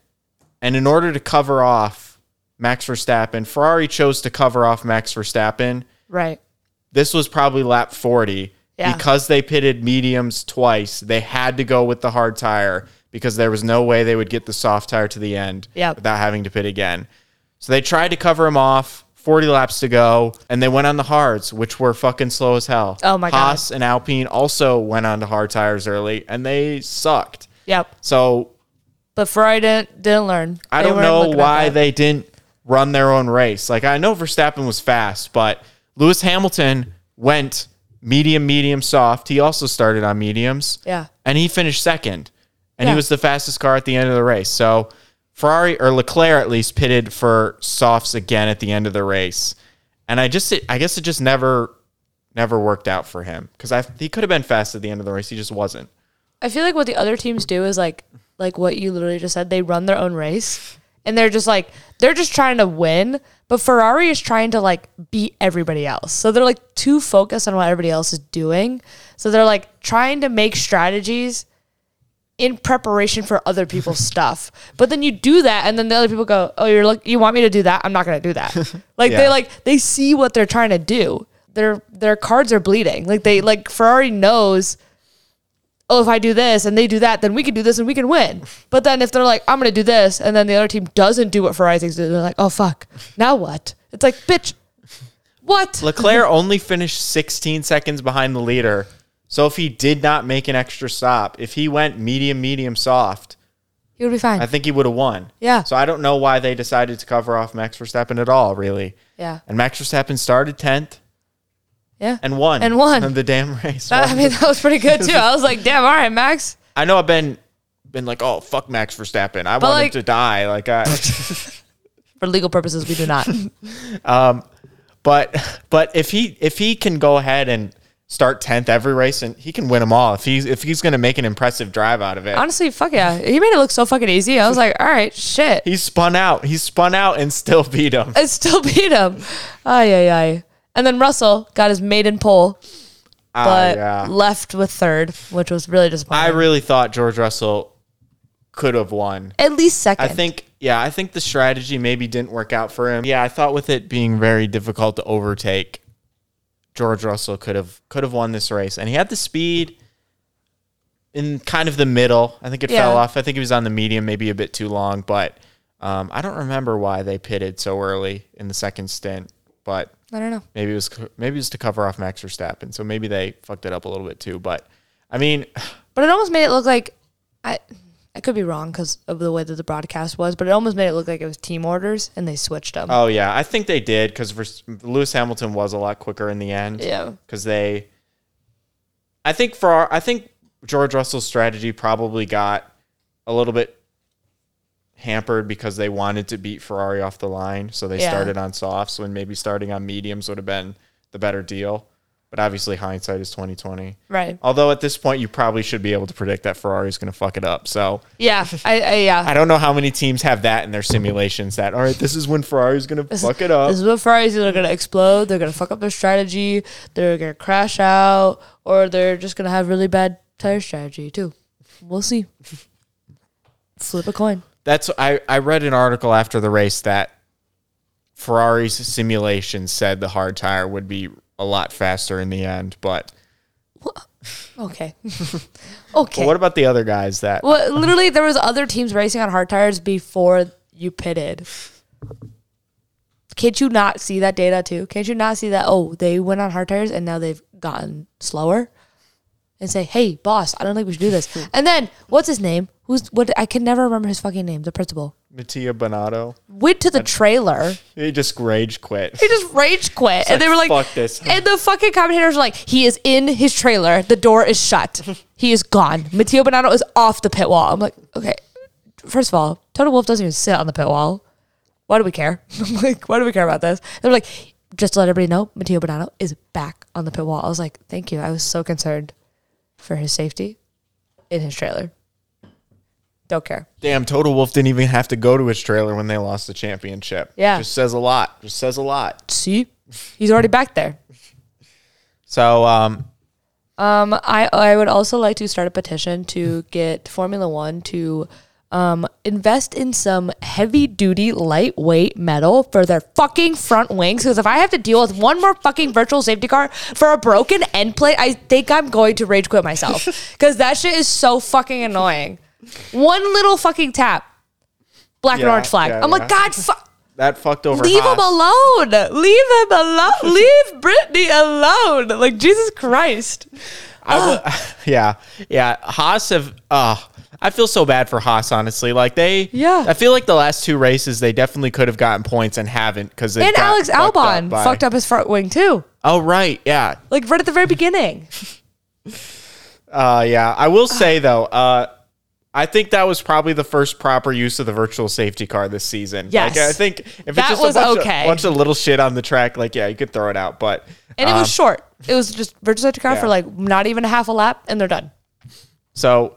Speaker 1: And in order to cover off Max Verstappen, Ferrari chose to cover off Max Verstappen.
Speaker 3: Right.
Speaker 1: This was probably lap 40.
Speaker 3: Yeah.
Speaker 1: Because they pitted mediums twice, they had to go with the hard tire because there was no way they would get the soft tire to the end
Speaker 3: Yep.
Speaker 1: without having to pit again. So they tried to cover him off. 40 laps to go, and they went on the hards, which were fucking slow as hell.
Speaker 3: Oh my God.
Speaker 1: Haas and Alpine also went on to hard tires early, and they sucked.
Speaker 3: Yep.
Speaker 1: So
Speaker 3: But Ferrari didn't didn't learn.
Speaker 1: I
Speaker 3: They
Speaker 1: don't
Speaker 3: weren't
Speaker 1: know
Speaker 3: looking at
Speaker 1: why
Speaker 3: that.
Speaker 1: they didn't run their own race. Like I know Verstappen was fast, but Lewis Hamilton went medium, medium, soft. He also started on mediums.
Speaker 3: Yeah.
Speaker 1: And he finished second. And he
Speaker 3: Yeah.
Speaker 1: was the fastest car at the end of the race. So Ferrari or Leclerc at least pitted for softs again at the end of the race. And I just I guess it just never never worked out for him cuz I he could have been fast at the end of the race. He just wasn't.
Speaker 3: I feel like what the other teams do is like like what you literally just said. They run their own race, and they're just like they're just trying to win. But Ferrari is trying to like beat everybody else, so they're like too focused on what everybody else is doing. So they're like trying to make strategies in preparation for other people's stuff. But then you do that, and then the other people go, "Oh, you're look, you want me to do that? I'm not gonna do that." like
Speaker 1: Yeah.
Speaker 3: they like they see what they're trying to do. Their their cards are bleeding. Like they like Ferrari knows. Oh, if I do this and they do that, then we can do this and we can win. But then if they're like, I'm gonna do this, and then the other team doesn't do what Ferrari thinks to do, they're like, oh fuck, now what? It's like, bitch, what?
Speaker 1: Leclerc only finished 16 seconds behind the leader. So if he did not make an extra stop, if he went medium, medium, soft,
Speaker 3: You'll be fine.
Speaker 1: I think he would have won.
Speaker 3: Yeah.
Speaker 1: So I don't know why they decided to cover off Max Verstappen at all, really.
Speaker 3: yeah,
Speaker 1: And Max Verstappen started 10th
Speaker 3: yeah.
Speaker 1: and won.
Speaker 3: And won.
Speaker 1: the damn race.
Speaker 3: That- I mean, that was pretty good too. I was like, damn, all right, Max.
Speaker 1: I know I've been been like, oh fuck Max Verstappen. I want
Speaker 3: like-
Speaker 1: him to die. Like I
Speaker 3: For legal purposes, we do not.
Speaker 1: But but if he if he can go ahead and start 10th every race and he can win them all if he's if he's going to make an impressive drive out of it.
Speaker 3: Honestly, fuck yeah. He made it look so fucking easy. I was like, all right, shit.
Speaker 1: He spun out. He spun out and still beat him.
Speaker 3: I still beat him. Ay, ay, ay. And then Russell got his maiden pole,
Speaker 1: Ah,
Speaker 3: but
Speaker 1: yeah.
Speaker 3: left with third, which was really disappointing.
Speaker 1: I really thought George Russell could have won.
Speaker 3: At least second.
Speaker 1: I think, yeah, I think the strategy maybe didn't work out for him. Yeah, I thought with it being very difficult to overtake, George Russell could have could have won this race, and he had the speed in kind of the middle. I think it
Speaker 3: Yeah.
Speaker 1: fell off. I think he was on the medium, maybe a bit too long, but um, I don't remember why they pitted so early in the second stint, but.
Speaker 3: I don't know.
Speaker 1: Maybe it was maybe it was to cover off Max Verstappen, so maybe they fucked it up a little bit too. But I mean,
Speaker 3: But it almost made it look like I I could be wrong because of the way that the broadcast was, but it almost made it look like it was team orders and they switched them.
Speaker 1: oh yeah, I think they did because Lewis Hamilton was a lot quicker in the end.
Speaker 3: Yeah.
Speaker 1: because they, I think for our, I think George Russell's strategy probably got a little bit hampered because they wanted to beat Ferrari off the line, so they
Speaker 3: Yeah.
Speaker 1: started on softs when maybe starting on mediums would have been the better deal. But obviously, hindsight is twenty twenty.
Speaker 3: Right.
Speaker 1: Although at this point, you probably should be able to predict that Ferrari's going to fuck it up. So
Speaker 3: Yeah. I, I yeah.
Speaker 1: I don't know how many teams have that in their simulations. That all right, this is when Ferrari's going to fuck it up.
Speaker 3: This is what Ferrari's either gonna explode, they're gonna fuck up their strategy, they're gonna crash out, or they're just gonna have really bad tire strategy too. We'll see. Flip a coin.
Speaker 1: That's I I read an article after the race that Ferrari's simulation said the hard tire would be a lot faster in the end. But,
Speaker 3: Okay.
Speaker 1: but
Speaker 3: okay.
Speaker 1: what about the other guys that?
Speaker 3: well, literally, there was other teams racing on hard tires before you pitted. Can't you not see that data too? Can't you not see that? Oh, they went on hard tires and now they've gotten slower. and say, "Hey, boss, I don't think we should do this." And then what's his name? Who's what? I can never remember his fucking name. The principal
Speaker 1: Mattia Bonato.
Speaker 3: went to the trailer.
Speaker 1: He just rage quit.
Speaker 3: He just rage quit, and they were like,
Speaker 1: "Fuck this."
Speaker 3: And the fucking commentators were like, "He is in his trailer. The door is shut. He is gone. Matteo Bonato is off the pit wall." I'm like, okay. First of all, Total Wolf doesn't even sit on the pit wall. Why do we care? I'm like, why do we care about this? They're like, just to let everybody know, Matteo Bonato is back on the pit wall. I was like, thank you. I was so concerned for his safety in his trailer. Don't care.
Speaker 1: Damn, Total Wolf didn't even have to go to his trailer when they lost the championship.
Speaker 3: Yeah.
Speaker 1: Just says a lot. Just says a lot.
Speaker 3: See, he's already back there.
Speaker 1: So, um,
Speaker 3: Um, I I would also like to start a petition to get Formula One to um, invest in some heavy duty lightweight metal for their fucking front wings. Because if I have to deal with one more fucking virtual safety car for a broken end plate, I think I'm going to rage quit myself. Because that shit is so fucking annoying. One little fucking tap, black and
Speaker 1: Yeah,
Speaker 3: orange flag.
Speaker 1: yeah,
Speaker 3: I'm
Speaker 1: yeah.
Speaker 3: like, God, fuck.
Speaker 1: that fucked over
Speaker 3: Leave
Speaker 1: Haas.
Speaker 3: him alone. Leave him alone. Leave Brittany alone. Like Jesus Christ. Ah.
Speaker 1: I w- yeah, yeah. Haas have. Uh, I feel so bad for Haas. Honestly, like they.
Speaker 3: Yeah.
Speaker 1: I feel like the last two races they definitely could have gotten points and haven't because
Speaker 3: and Alex Albon
Speaker 1: by-
Speaker 3: fucked up his front wing too,
Speaker 1: Oh right, yeah,
Speaker 3: like right at the very beginning.
Speaker 1: uh, yeah. I
Speaker 3: Ah.
Speaker 1: will say though, uh, I think that was probably the first proper use of the virtual safety car this season.
Speaker 3: Yes.
Speaker 1: like, I think if it's
Speaker 3: That
Speaker 1: just
Speaker 3: was
Speaker 1: a bunch,
Speaker 3: okay.
Speaker 1: of, bunch of little shit on the track, like yeah, you could throw it out, but.
Speaker 3: And it was short. It was just virtual safety car
Speaker 1: Um, Yeah.
Speaker 3: for like not even a half a lap, and they're done.
Speaker 1: So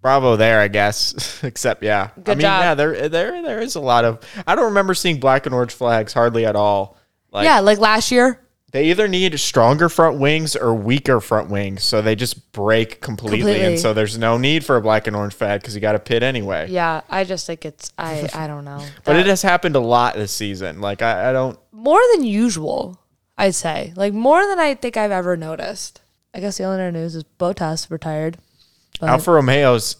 Speaker 1: bravo there, I guess. Except yeah. I
Speaker 3: Good
Speaker 1: mean,
Speaker 3: job.
Speaker 1: yeah, there there there is a lot of I don't remember seeing black and orange flags hardly at all. Like
Speaker 3: yeah, like last year,
Speaker 1: they either need stronger front wings or weaker front wings, so they just break completely,
Speaker 3: Completely.
Speaker 1: and so there's no need for a black and orange flag because you got to pit anyway.
Speaker 3: yeah. I just think it's I I don't know,
Speaker 1: But it has happened a lot this season. Like I, I don't
Speaker 3: more than usual. I'd say like more than I think I've ever noticed. I guess the only other news is Botas retired. Uh-huh.
Speaker 1: Alfa Romeo's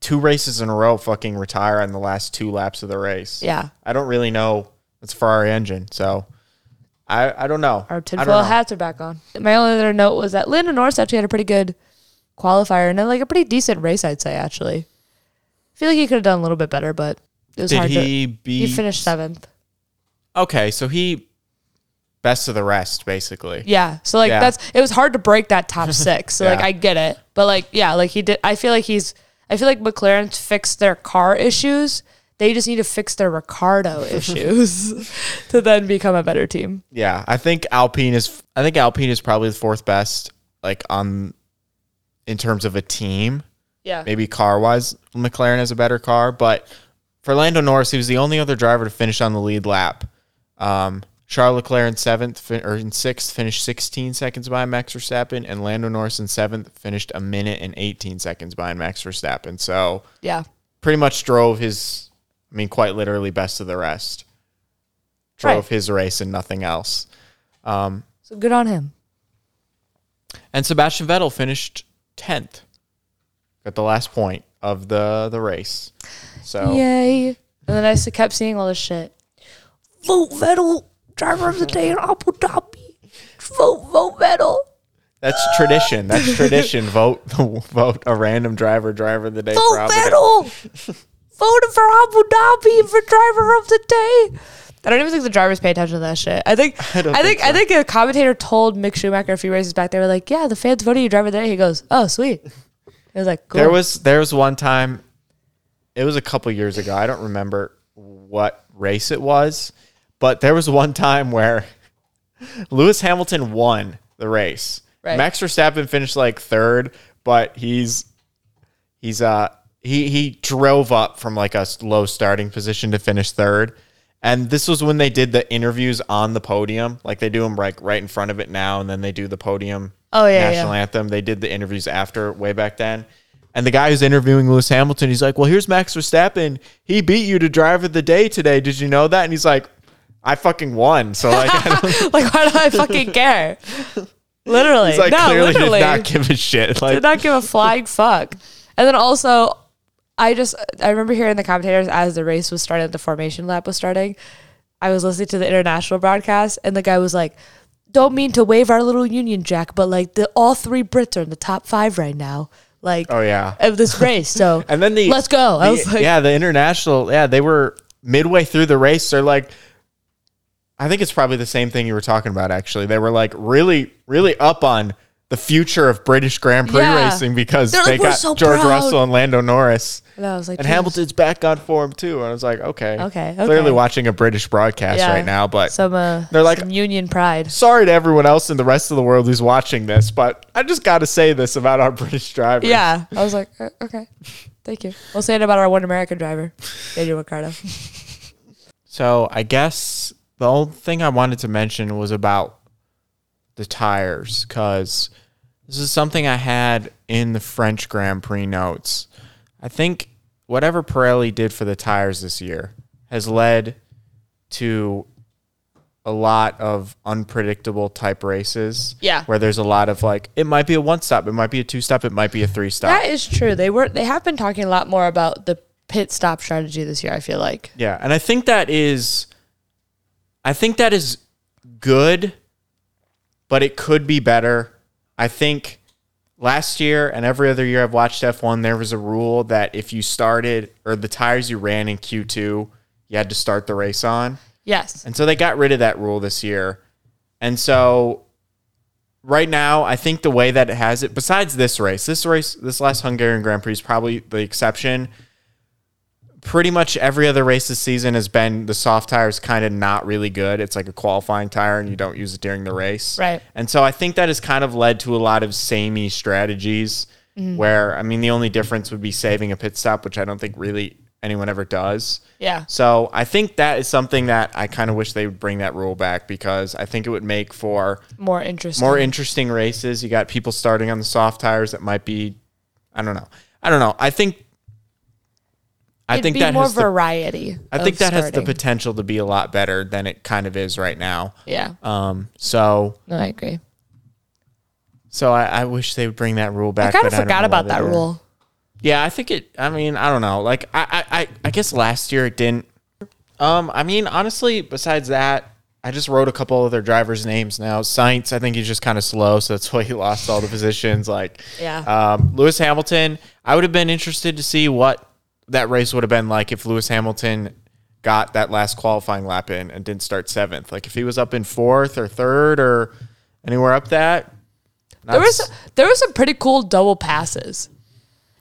Speaker 1: two races in a row fucking retire on the last two laps of the race.
Speaker 3: Yeah,
Speaker 1: I don't really know. It's a Ferrari engine, so I I don't know. I
Speaker 3: our
Speaker 1: don't
Speaker 3: tinfoil
Speaker 1: know.
Speaker 3: hats are back on. My only other note was that Linda Norris actually had a pretty good qualifier and then like a pretty decent race. I'd say actually, I feel like he could have done a little bit better, but it was
Speaker 1: Did
Speaker 3: hard to.
Speaker 1: he beat?
Speaker 3: He finished seventh.
Speaker 1: Okay, so he best of the rest, basically.
Speaker 3: Yeah. So like
Speaker 1: Yeah.
Speaker 3: that's it was hard to break that top six. So like
Speaker 1: Yeah.
Speaker 3: I get it. But like yeah, like he did I feel like he's I feel like McLaren's fixed their car issues. They just need to fix their Ricardo issues to then become a better team.
Speaker 1: Yeah, I think Alpine is. I think Alpine is probably the fourth best, like on, in terms of a team.
Speaker 3: Yeah.
Speaker 1: Maybe car wise, McLaren has a better car, but for Lando Norris, he was the only other driver to finish on the lead lap. Um, Charles Leclerc in seventh fin- or in sixth finished 16 seconds behind Max Verstappen, and Lando Norris in seventh finished a minute and 18 seconds behind Max Verstappen. So
Speaker 3: Yeah.
Speaker 1: pretty much drove his I mean quite literally best of the rest. Drove
Speaker 3: Right.
Speaker 1: his race and nothing else.
Speaker 3: So good on him.
Speaker 1: And Sebastian Vettel finished 10th. Got the last point of the the race. So
Speaker 3: Yay. And then I s- kept seeing all this shit. Vote Vettel, driver of the day in Abu Dhabi. Vote, vote Vettel.
Speaker 1: that's tradition. That's tradition. vote vote a random driver driver of the day
Speaker 3: Vote
Speaker 1: for Abu Dhabi.
Speaker 3: Vettel. Voted for Abu Dhabi for driver of the day. I don't even think the drivers pay attention to that shit. I think I,
Speaker 1: don't
Speaker 3: think, I think a commentator told Mick Schumacher a few races back. They were like, "Yeah, the fans voted you driver of the day." He goes, "Oh, sweet." It was like, "Cool."
Speaker 1: There was there was one time, it was a couple years ago. I don't remember what race it was, but there was one time where Lewis Hamilton won the race.
Speaker 3: Right.
Speaker 1: Max Verstappen finished like third, but he's he's uh he he drove up from like a s- low starting position to finish third. And this was when they did the interviews on the podium, like they do them like right in front of it now, and then they do the podium
Speaker 3: Oh, yeah, yeah.
Speaker 1: national anthem. They did the interviews after way back then. And the guy who's interviewing Lewis Hamilton, he's like, Well, here's Max Verstappen. He beat you to drive of the day today. Did you know that? And he's like, I fucking won. So like I don't
Speaker 3: like, why do I fucking care? literally,
Speaker 1: he's like
Speaker 3: no,
Speaker 1: clearly
Speaker 3: literally.
Speaker 1: did not give a shit. Like
Speaker 3: did not give a flying fuck. And then also, I just I remember hearing the commentators as the race was starting, the formation lap was starting. I was listening to the international broadcast, and the guy was like, don't mean to wave our little Union Jack, but like the all three Brits are in the top five right now. Like
Speaker 1: Oh yeah.
Speaker 3: of this race. So
Speaker 1: And then the
Speaker 3: let's go. I
Speaker 1: the-
Speaker 3: was like,
Speaker 1: yeah, the international. Yeah, they were midway through the race. They're like, I think it's probably the same thing you were talking about. Actually, they were like really, really up on the future of British Grand Prix
Speaker 3: Yeah.
Speaker 1: racing because
Speaker 3: They're like,
Speaker 1: they
Speaker 3: "We're
Speaker 1: got
Speaker 3: so
Speaker 1: George
Speaker 3: proud."
Speaker 1: Russell and Lando Norris.
Speaker 3: and I was like,
Speaker 1: And
Speaker 3: "Jeez."
Speaker 1: Hamilton's back on form too. And I was like, okay,
Speaker 3: Okay, okay.
Speaker 1: clearly watching a British broadcast
Speaker 3: Yeah.
Speaker 1: right now. But
Speaker 3: some uh,
Speaker 1: They're like-
Speaker 3: some Union pride.
Speaker 1: sorry to everyone else in the rest of the world who's watching this, but I just got to say this about our British drivers.
Speaker 3: Yeah, I was like, "Uh, okay, thank you. We'll say it about our one American driver, Daniel Ricciardo.
Speaker 1: So I guess the only thing I wanted to mention was about the tires because this is something I had in the French Grand Prix notes. I think whatever Pirelli did for the tires this year has led to a lot of unpredictable type races.
Speaker 3: Yeah.
Speaker 1: Where there's a lot of like, it might be a one stop, it might be a two stop, it might be a three stop.
Speaker 3: That is true. They were they have been talking a lot more about the pit stop strategy this year. I feel like
Speaker 1: Yeah, and I think that is I think that is good, but it could be better. I think last year and every other year I've watched F1 there was a rule that if you started or the tires you ran in Q2, you had to start the race on.
Speaker 3: yes,
Speaker 1: And so they got rid of that rule this year. And so right now, I think the way that it has it, besides this race, this race, this last Hungarian Grand Prix is probably the exception. Pretty much every other race this season has been the soft tire is kind of not really good. It's like a qualifying tire and you don't use it during the race.
Speaker 3: Right.
Speaker 1: And so I think that has kind of led to a lot of samey strategies
Speaker 3: Mm-hmm.
Speaker 1: where, I mean, the only difference would be saving a pit stop, which I don't think really anyone ever does.
Speaker 3: yeah,
Speaker 1: So I think that is something that I kind of wish they would bring that rule back because I think it would make for
Speaker 3: more interesting.
Speaker 1: more interesting races. You got people starting on the soft tires that might be, I don't know, I don't know. I think, I
Speaker 3: It'd
Speaker 1: think
Speaker 3: be
Speaker 1: that
Speaker 3: more
Speaker 1: has the,
Speaker 3: variety.
Speaker 1: I
Speaker 3: of
Speaker 1: think that has the
Speaker 3: starting.
Speaker 1: potential to be a lot better than it kind of is right now.
Speaker 3: Yeah,
Speaker 1: Um, so
Speaker 3: no, I agree.
Speaker 1: so I, I wish they would bring that rule
Speaker 3: I
Speaker 1: back.
Speaker 3: kind
Speaker 1: but
Speaker 3: of
Speaker 1: don't
Speaker 3: forgot
Speaker 1: know
Speaker 3: about
Speaker 1: why they
Speaker 3: that
Speaker 1: didn't.
Speaker 3: rule.
Speaker 1: Yeah, I think it. I mean, I don't know. Like, I, I, I, I guess last year it didn't. Um, I mean, honestly, besides that, I just wrote a couple of their drivers' names now. Sainz, I think he's just kind of slow, so that's why he lost all the positions. Like,
Speaker 3: Yeah.
Speaker 1: Um, Lewis Hamilton, I would have been interested to see what that race would have been like if Lewis Hamilton got that last qualifying lap in and didn't start seventh. Like, if he was up in fourth or third or anywhere up that.
Speaker 3: There was there was some pretty cool double passes.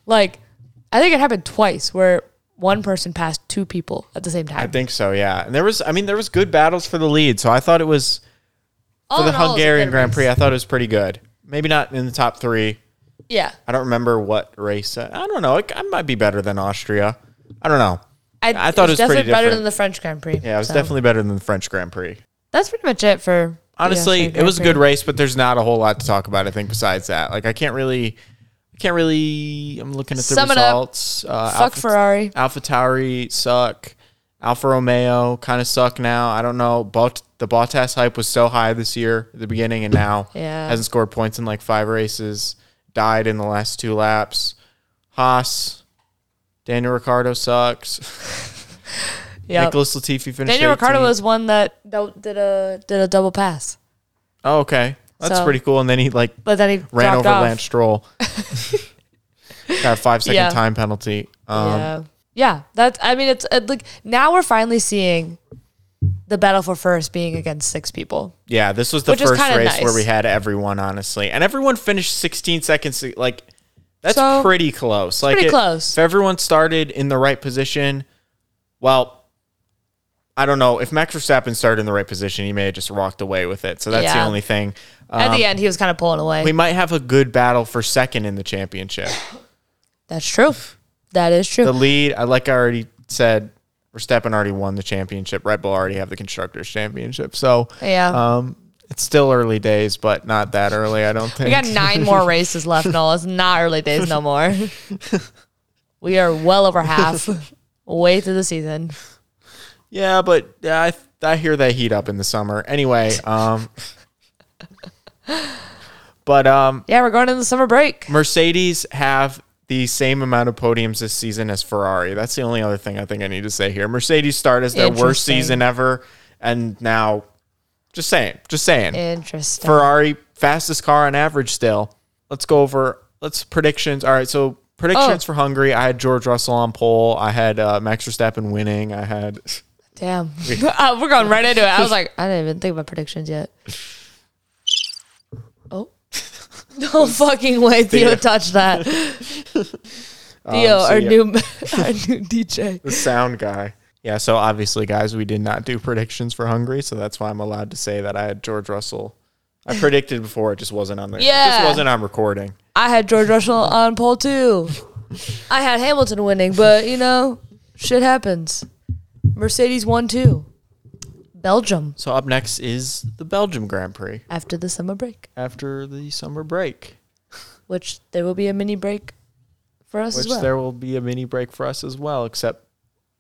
Speaker 3: Like I think it happened twice where one person passed two people at the same time.
Speaker 1: I think so, yeah. And there was, I mean, there was good battles for the lead, so I thought it was
Speaker 3: All
Speaker 1: for the
Speaker 3: in all, Oh, it was a
Speaker 1: Hungarian
Speaker 3: good
Speaker 1: Grand Prix.
Speaker 3: race.
Speaker 1: I thought it was pretty good. Maybe not in the top three.
Speaker 3: Yeah.
Speaker 1: I don't remember what race. uh, I don't know. It, it might be better than Austria. I don't know. I thought it was
Speaker 3: definitely
Speaker 1: pretty
Speaker 3: better
Speaker 1: different.
Speaker 3: than the French Grand Prix.
Speaker 1: Yeah, it was
Speaker 3: so.
Speaker 1: definitely better than the French Grand Prix.
Speaker 3: That's pretty much it for the
Speaker 1: Honestly,
Speaker 3: Austrian
Speaker 1: it
Speaker 3: Grand
Speaker 1: was a
Speaker 3: Prix.
Speaker 1: good race, but there's not a whole lot to talk about. I think besides that, like I can't really, I can't really. I'm looking at the
Speaker 3: Sum it up.
Speaker 1: results. Uh,
Speaker 3: Fuck Ferrari.
Speaker 1: Alpha Tauri suck. Alfa Romeo kind of suck now. I don't know. Bot the Bottas hype was so high this year at the beginning, and now
Speaker 3: Yeah.
Speaker 1: hasn't scored points in like five races. Died in the last two laps. Haas, Daniel Ricciardo sucks.
Speaker 3: Yep.
Speaker 1: Nicholas Latifi finished.
Speaker 3: Daniel Ricciardo
Speaker 1: 18th.
Speaker 3: was one that do- did a did a double pass,
Speaker 1: Oh, okay. That's
Speaker 3: So-
Speaker 1: pretty cool. And then he like
Speaker 3: but then he
Speaker 1: ran
Speaker 3: dropped
Speaker 1: over
Speaker 3: off.
Speaker 1: Lance Stroll. Got a five second
Speaker 3: Yeah.
Speaker 1: time penalty. Um,
Speaker 3: yeah, yeah. That's I mean, it's uh, like now we're finally seeing the battle for first being against six people.
Speaker 1: Yeah, this was the
Speaker 3: Which is
Speaker 1: first
Speaker 3: kinda
Speaker 1: race where
Speaker 3: nice.
Speaker 1: we had everyone, honestly. And everyone finished 16 seconds. Like, that's
Speaker 3: So-
Speaker 1: pretty close. Like,
Speaker 3: pretty
Speaker 1: it-
Speaker 3: close.
Speaker 1: If everyone started in the right position, well, I don't know. If Max Verstappen started in the right position, he may have just walked away with it. So that's the
Speaker 3: Yeah.
Speaker 1: only thing.
Speaker 3: At the end, he was kind of pulling away.
Speaker 1: Um, We might have a good battle for second in the championship.
Speaker 3: That's true. That is true.
Speaker 1: The lead, I like I already said, Verstappen already won the championship. Red Bull already have the Constructors' Championship. So,
Speaker 3: yeah.
Speaker 1: um, it's still early days, but not that early, I don't think.
Speaker 3: We got nine more races left, Noel. It's not early days no more. we are well over half way through the season.
Speaker 1: Yeah, but yeah, I I hear they heat up in the summer. Anyway, um, but um,
Speaker 3: Yeah, we're going into the summer break.
Speaker 1: Mercedes have the same amount of podiums this season as Ferrari. That's the only other thing I think I need to say here. Mercedes started as their worst
Speaker 3: Interesting.
Speaker 1: season ever, and now Just saying. Just saying.
Speaker 3: Interesting.
Speaker 1: Ferrari fastest car on average still. Let's go over let's predictions. All right, so predictions
Speaker 3: Oh.
Speaker 1: for Hungary. I had George Russell on pole. I had uh, Max Verstappen winning. I had
Speaker 3: Damn. Uh, we're going right into it. I was like, I didn't even think about predictions yet. Oh. No fucking way Theo touched that. Theo,
Speaker 1: Um, so
Speaker 3: our,
Speaker 1: yeah.
Speaker 3: new, our new DJ.
Speaker 1: the sound guy. Yeah, so obviously, guys, we did not do predictions for Hungary, so that's why I'm allowed to say that I had George Russell. I predicted before, it just wasn't on there. It
Speaker 3: Yeah.
Speaker 1: just wasn't on recording.
Speaker 3: I had George Russell on pole two. I had Hamilton winning, but you know, shit happens. Mercedes won too. Belgium
Speaker 1: So up next is the Belgium Grand Prix
Speaker 3: after the summer break,
Speaker 1: after the summer break,
Speaker 3: which there will be a mini break for us
Speaker 1: which
Speaker 3: as well.
Speaker 1: there will be a mini break for us as well, except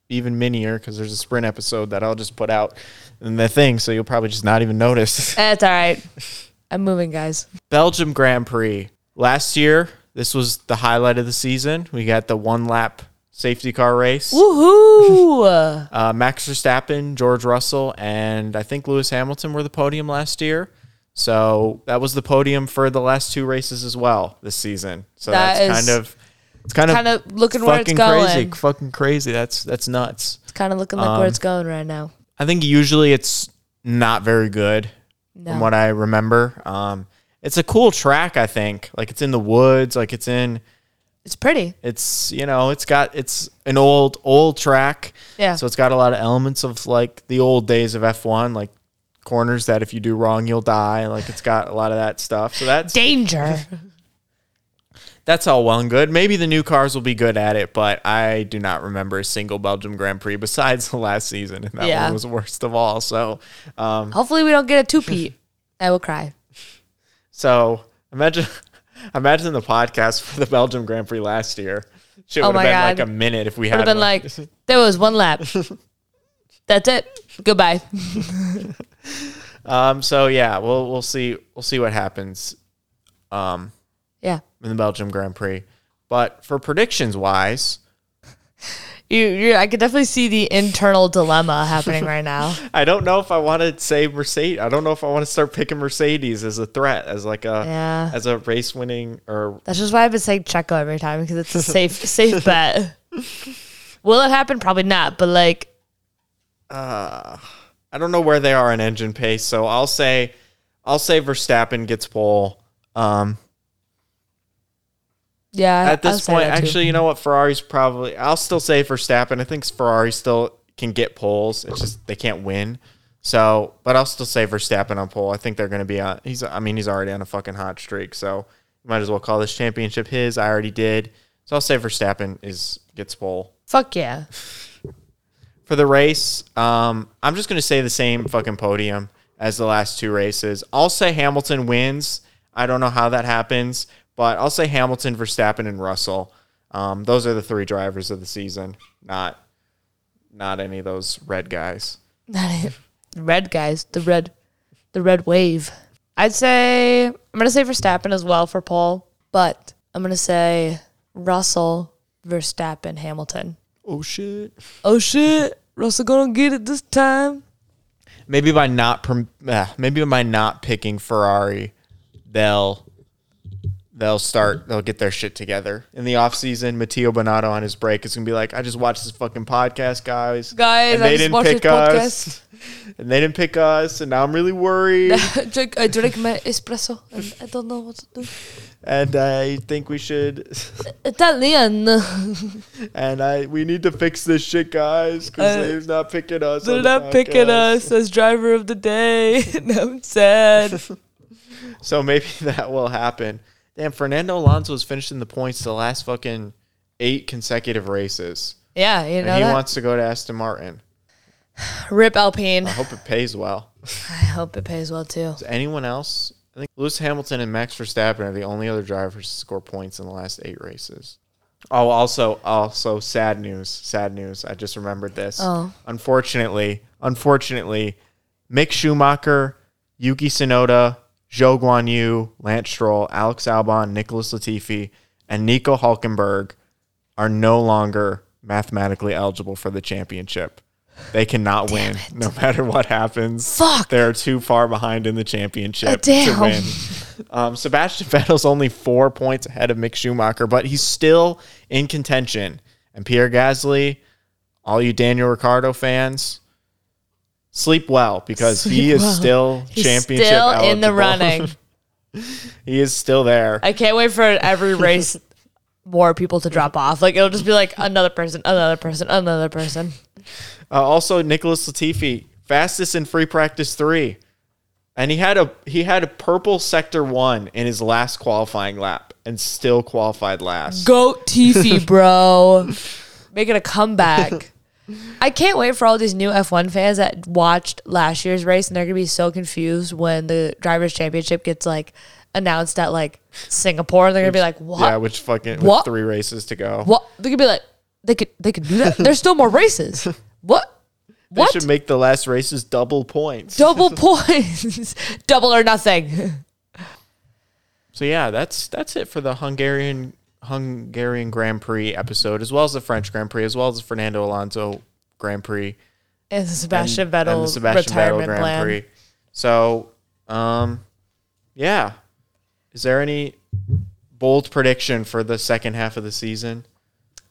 Speaker 1: even minier because there's a sprint episode that I'll just put out in the thing, so you'll probably just not even notice.
Speaker 3: That's Eh, all right. I'm moving, guys.
Speaker 1: Belgium Grand Prix. Last year, this was the highlight of the season. We got the one lap safety car race.
Speaker 3: Woohoo!
Speaker 1: Uh, Max Verstappen, George Russell, and I think Lewis Hamilton were the podium last year. So that was the podium for the last two races as well this season. So
Speaker 3: That
Speaker 1: that's
Speaker 3: is
Speaker 1: kind of it's kind of
Speaker 3: kind of looking where it's
Speaker 1: fucking crazy,
Speaker 3: going.
Speaker 1: fucking crazy. That's that's nuts.
Speaker 3: It's kind of looking like
Speaker 1: Um,
Speaker 3: where it's going right now.
Speaker 1: I think usually it's not very good
Speaker 3: No.
Speaker 1: from what I remember. Um, it's a cool track, I think. Like it's in the woods, like it's in
Speaker 3: it's pretty.
Speaker 1: it's you know it's got it's an old old track
Speaker 3: Yeah.
Speaker 1: so it's got a lot of elements of like the old days of f1 like corners that if you do wrong you'll die like it's got a lot of that stuff so that's
Speaker 3: Danger.
Speaker 1: that's all well and good maybe the new cars will be good at it but i do not remember a single belgium grand prix besides the last season and that
Speaker 3: Yeah.
Speaker 1: one was worst of all so um
Speaker 3: Hopefully, we don't get a two-peat. I will cry.
Speaker 1: so imagine imagine the podcast for the belgium grand prix last year shit
Speaker 3: Oh
Speaker 1: would
Speaker 3: my
Speaker 1: have been
Speaker 3: God.
Speaker 1: like a minute if we
Speaker 3: would
Speaker 1: had
Speaker 3: have been
Speaker 1: one.
Speaker 3: like, there was one lap. That's it. Goodbye.
Speaker 1: Um. So yeah, we'll we'll see we'll see what happens
Speaker 3: Yeah.
Speaker 1: in the Belgium Grand Prix. But for predictions wise,
Speaker 3: You, you, I could definitely see the internal dilemma happening right now.
Speaker 1: I don't know if I want to say Mercedes. I don't know if I want to start picking Mercedes as a threat, as like a
Speaker 3: Yeah.
Speaker 1: as a race winning or
Speaker 3: That's just why I've been saying Checo every time because it's a safe, safe bet. Will it happen? Probably not. But like,
Speaker 1: I don't know where they are in engine pace. So I'll say I'll say Verstappen gets pole. Um,
Speaker 3: yeah.
Speaker 1: at
Speaker 3: I'll
Speaker 1: this
Speaker 3: say
Speaker 1: point,
Speaker 3: that too.
Speaker 1: actually, you know what? Ferrari's probably. I'll still say Verstappen. I think Ferrari still can get poles. It's just they can't win. So, but I'll still say Verstappen on pole. I think they're going to be on. He's. I mean, he's already on a fucking hot streak. So might as well call this championship his. I already did. So I'll say Verstappen is gets pole
Speaker 3: fuck yeah.
Speaker 1: for the race. Um, I'm just going to say the same fucking podium as the last two races. I'll say Hamilton wins. I don't know how that happens, but I'll say Hamilton, Verstappen, and Russell. Um, those are the three drivers of the season. Not, not any of those red guys.
Speaker 3: red guys, the red, the red wave. I'd say I'm gonna say Verstappen as well for Paul, but I'm gonna say Russell, Verstappen, Hamilton.
Speaker 1: Oh shit!
Speaker 3: Oh shit, Russell gonna get it this time.
Speaker 1: Maybe by not, prom- uh, maybe by not picking Ferrari, they'll. They'll start. They'll get their shit together in the off season. Matteo Bonato on his break is gonna be like, "I just watched this fucking podcast, guys.
Speaker 3: Guys,
Speaker 1: and
Speaker 3: I
Speaker 1: they
Speaker 3: just
Speaker 1: didn't
Speaker 3: watched
Speaker 1: pick
Speaker 3: this
Speaker 1: us. and they didn't pick us, and now I'm really worried.
Speaker 3: podcast. Drink- I drank my uh, espresso and I don't know what to do.
Speaker 1: and I think we should,
Speaker 3: Italian.
Speaker 1: and I we need to fix this shit, guys, because
Speaker 3: Uh,
Speaker 1: they're not picking us.
Speaker 3: They're
Speaker 1: on the
Speaker 3: not picking
Speaker 1: podcast.
Speaker 3: us as driver of the day. and I'm sad.
Speaker 1: So maybe that will happen. Damn, Fernando Alonso is finishing the points the last fucking eight consecutive races,
Speaker 3: Yeah, you
Speaker 1: and
Speaker 3: know
Speaker 1: he
Speaker 3: that.
Speaker 1: wants to go to Aston Martin.
Speaker 3: Rip Alpine.
Speaker 1: I hope it pays well.
Speaker 3: I hope it pays well too.
Speaker 1: Is anyone else? I think Lewis Hamilton and Max Verstappen are the only other drivers to score points in the last eight races. Oh, also, also sad news. Sad news. I just remembered this.
Speaker 3: Oh.
Speaker 1: Unfortunately, unfortunately, Mick Schumacher, Yuki Tsunoda, Zhou Guan Yu, Lance Stroll, Alex Albon, Nicholas Latifi, and Nico Hulkenberg are no longer mathematically eligible for the championship. They cannot win no matter what happens.
Speaker 3: Fuck.
Speaker 1: They're too far behind in the championship
Speaker 3: Oh, damn.
Speaker 1: to win. Um, Sebastian Vettel's only four points ahead of Mick Schumacher, but he's still in contention. And Pierre Gasly, all you Daniel Ricciardo fans, sleep well because he
Speaker 3: Sleep
Speaker 1: is
Speaker 3: well.
Speaker 1: still
Speaker 3: He's
Speaker 1: championship
Speaker 3: still in the
Speaker 1: eligible.
Speaker 3: running.
Speaker 1: he is still there.
Speaker 3: I can't wait for every race more people to drop off. Like it'll just be like another person, another person, another person.
Speaker 1: Uh, also, Nicholas Latifi, fastest in free practice three, and he had a he had a purple sector one in his last qualifying lap, and still qualified last.
Speaker 3: Goat Teefy, bro. Making a comeback. I can't wait for all these new F1 fans that watched last year's race and they're going to be so confused when the Drivers' Championship gets like announced at like Singapore. They're going to be like, what?
Speaker 1: Yeah, which fucking with
Speaker 3: What?
Speaker 1: three races to go.
Speaker 3: what? They're going to be like, they could, they could do that. There's still more races. What?
Speaker 1: They
Speaker 3: What?
Speaker 1: should make the last races double points.
Speaker 3: Double points. Double or nothing.
Speaker 1: So yeah, that's that's it for the Hungarian Hungarian Grand Prix episode, as well as the French Grand Prix, as well as the Fernando Alonso Grand Prix.
Speaker 3: And the Sebastian
Speaker 1: and-
Speaker 3: Vettel
Speaker 1: and the Sebastian Vettel
Speaker 3: retirement
Speaker 1: Grand
Speaker 3: plan.
Speaker 1: Prix. So, um, yeah, is there any bold prediction for the second half of the season?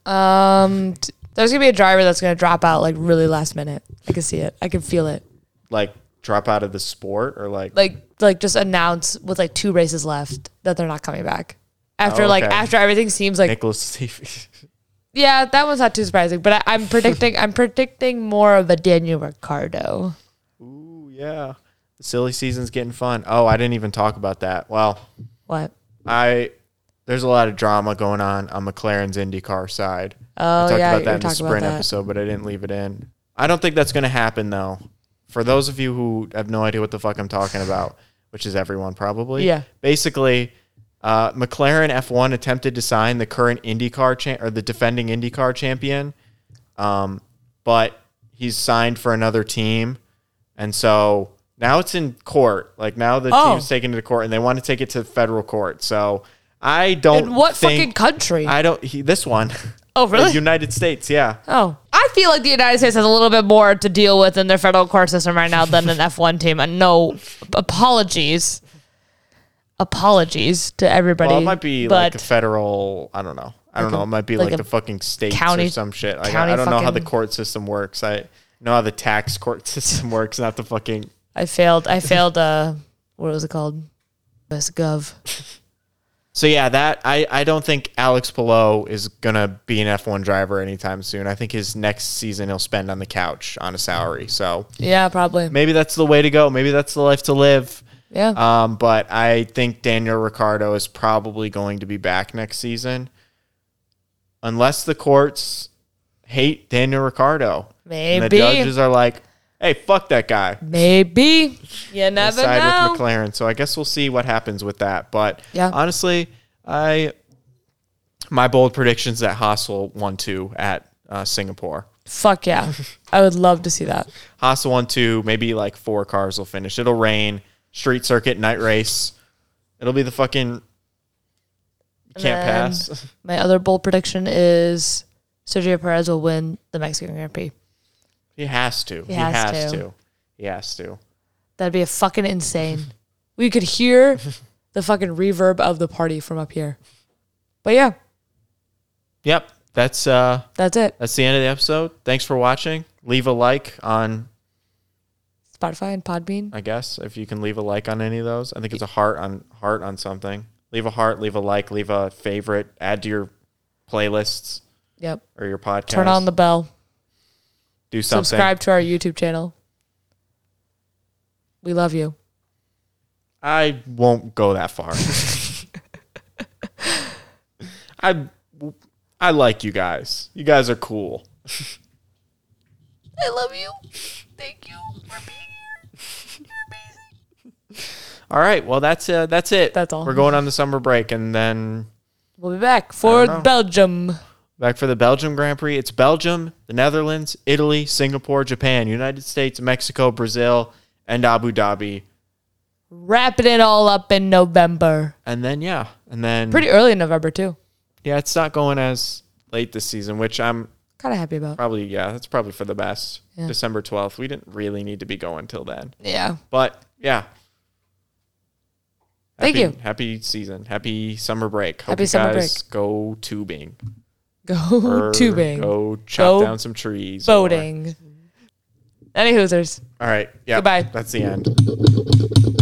Speaker 3: Um, t- there's gonna be a driver that's gonna drop out like really last minute. I can see it. I can feel it.
Speaker 1: Like drop out of the sport, or like,
Speaker 3: Like like just announce with like two races left that they're not coming back. After
Speaker 1: Oh,
Speaker 3: like
Speaker 1: okay.
Speaker 3: after everything seems like
Speaker 1: Nicholas Latifi?
Speaker 3: yeah, that one's not too surprising. But I, I'm predicting I'm predicting more of a Daniel Ricciardo.
Speaker 1: Ooh, yeah, the silly season's getting fun. Oh, I didn't even talk about that. Well,
Speaker 3: What?
Speaker 1: I there's a lot of drama going on on McLaren's IndyCar side.
Speaker 3: Oh,
Speaker 1: I talked
Speaker 3: yeah,
Speaker 1: about
Speaker 3: you
Speaker 1: that in the
Speaker 3: talked about
Speaker 1: sprint
Speaker 3: that.
Speaker 1: episode, but I didn't leave it in. I don't think that's going to happen though. For those of you who have no idea what the fuck I'm talking about, which is everyone probably.
Speaker 3: Yeah.
Speaker 1: Basically, uh, McLaren F1 attempted to sign the current IndyCar cha- or the defending IndyCar champion, um, but he's signed for another team, and so now it's in court. Like now the
Speaker 3: Oh.
Speaker 1: team's taken to the court, and they want to take it to federal court. So I don't.
Speaker 3: In what
Speaker 1: think-
Speaker 3: fucking country?
Speaker 1: Oh, I don't. He, this one.
Speaker 3: oh
Speaker 1: The
Speaker 3: really?
Speaker 1: United States. Yeah.
Speaker 3: oh, I feel like the United States has a little bit more to deal with in their federal court system right now than an F1 team. And no apologies. Apologies to everybody.
Speaker 1: Well, it might be
Speaker 3: but
Speaker 1: like a federal. I don't know. I don't know. It might be
Speaker 3: like
Speaker 1: like,
Speaker 3: a
Speaker 1: the fucking states
Speaker 3: county-
Speaker 1: or some shit. Like,
Speaker 3: county
Speaker 1: I don't know how the
Speaker 3: fucking-
Speaker 1: court system works. I know how the tax court system works, not the fucking.
Speaker 3: I failed. I failed. Uh, what was it called? Best gov.
Speaker 1: So yeah, that I I don't think Alex Pillow is gonna be an F1 driver anytime soon. I think his next season he'll spend on the couch on a salary. So
Speaker 3: Yeah, probably.
Speaker 1: maybe that's the way to go. Maybe that's the life to live.
Speaker 3: Yeah.
Speaker 1: Um, but I think Daniel Ricciardo is probably going to be back next season, unless the courts hate Daniel Ricciardo. And the
Speaker 3: Maybe.
Speaker 1: judges are like, "Hey, fuck that guy."
Speaker 3: Maybe. You
Speaker 1: They
Speaker 3: never
Speaker 1: Side with
Speaker 3: know.
Speaker 1: McLaren. So I guess we'll see what happens with that. But
Speaker 3: Yeah.
Speaker 1: honestly, I my bold predictions that Haas will one two at uh, Singapore.
Speaker 3: Fuck yeah. I would love to see that.
Speaker 1: Haas will one two. Maybe like four cars will finish. It'll rain. Street circuit night race. It'll be the fucking. Can't
Speaker 3: then-
Speaker 1: pass.
Speaker 3: My other bold prediction is Sergio Perez will win the Mexican Grand Prix.
Speaker 1: He has to. He,
Speaker 3: has
Speaker 1: has,
Speaker 3: to.
Speaker 1: to. He has to.
Speaker 3: That'd be a fucking insane. we could hear the fucking reverb of the party from up here. But yeah,
Speaker 1: Yep. That's uh
Speaker 3: that's it.
Speaker 1: that's the end of the episode. Thanks for watching. Leave a like on
Speaker 3: Spotify and Podbean.
Speaker 1: I guess if you can leave a like on any of those. I think it's a heart on heart on something. Leave a heart, leave a like, leave a favorite, add to your playlists
Speaker 3: Yep.
Speaker 1: or your podcast.
Speaker 3: Turn on the bell.
Speaker 1: do something.
Speaker 3: Subscribe to our YouTube channel. We love you.
Speaker 1: I won't go that far. I I like you guys. You guys are cool.
Speaker 3: I love you. Thank you for being
Speaker 1: All right. Well, that's uh, that's it.
Speaker 3: That's all.
Speaker 1: We're going on the summer break, and then
Speaker 3: We'll be back for
Speaker 1: know.
Speaker 3: Belgium.
Speaker 1: back for the Belgium Grand Prix. It's Belgium, the Netherlands, Italy, Singapore, Japan, United States, Mexico, Brazil, and Abu Dhabi.
Speaker 3: Wrapping it all up in November.
Speaker 1: And then yeah, and then
Speaker 3: Pretty early in November too.
Speaker 1: yeah, it's not going as late this season, which I'm
Speaker 3: kind of happy about.
Speaker 1: Probably, yeah, that's probably for the best.
Speaker 3: Yeah.
Speaker 1: December 12th. We didn't really need to be going till then.
Speaker 3: Yeah.
Speaker 1: But yeah.
Speaker 3: Thank
Speaker 1: Happy-
Speaker 3: you.
Speaker 1: Happy season. Happy summer break. Hope
Speaker 3: Happy
Speaker 1: you
Speaker 3: summer
Speaker 1: guys go tubing.
Speaker 3: Go
Speaker 1: or
Speaker 3: tubing.
Speaker 1: Go chop
Speaker 3: Go
Speaker 1: down some trees. or-
Speaker 3: Boating. Any hoosers.
Speaker 1: All right. Yeah.
Speaker 3: Goodbye.
Speaker 1: That's the end.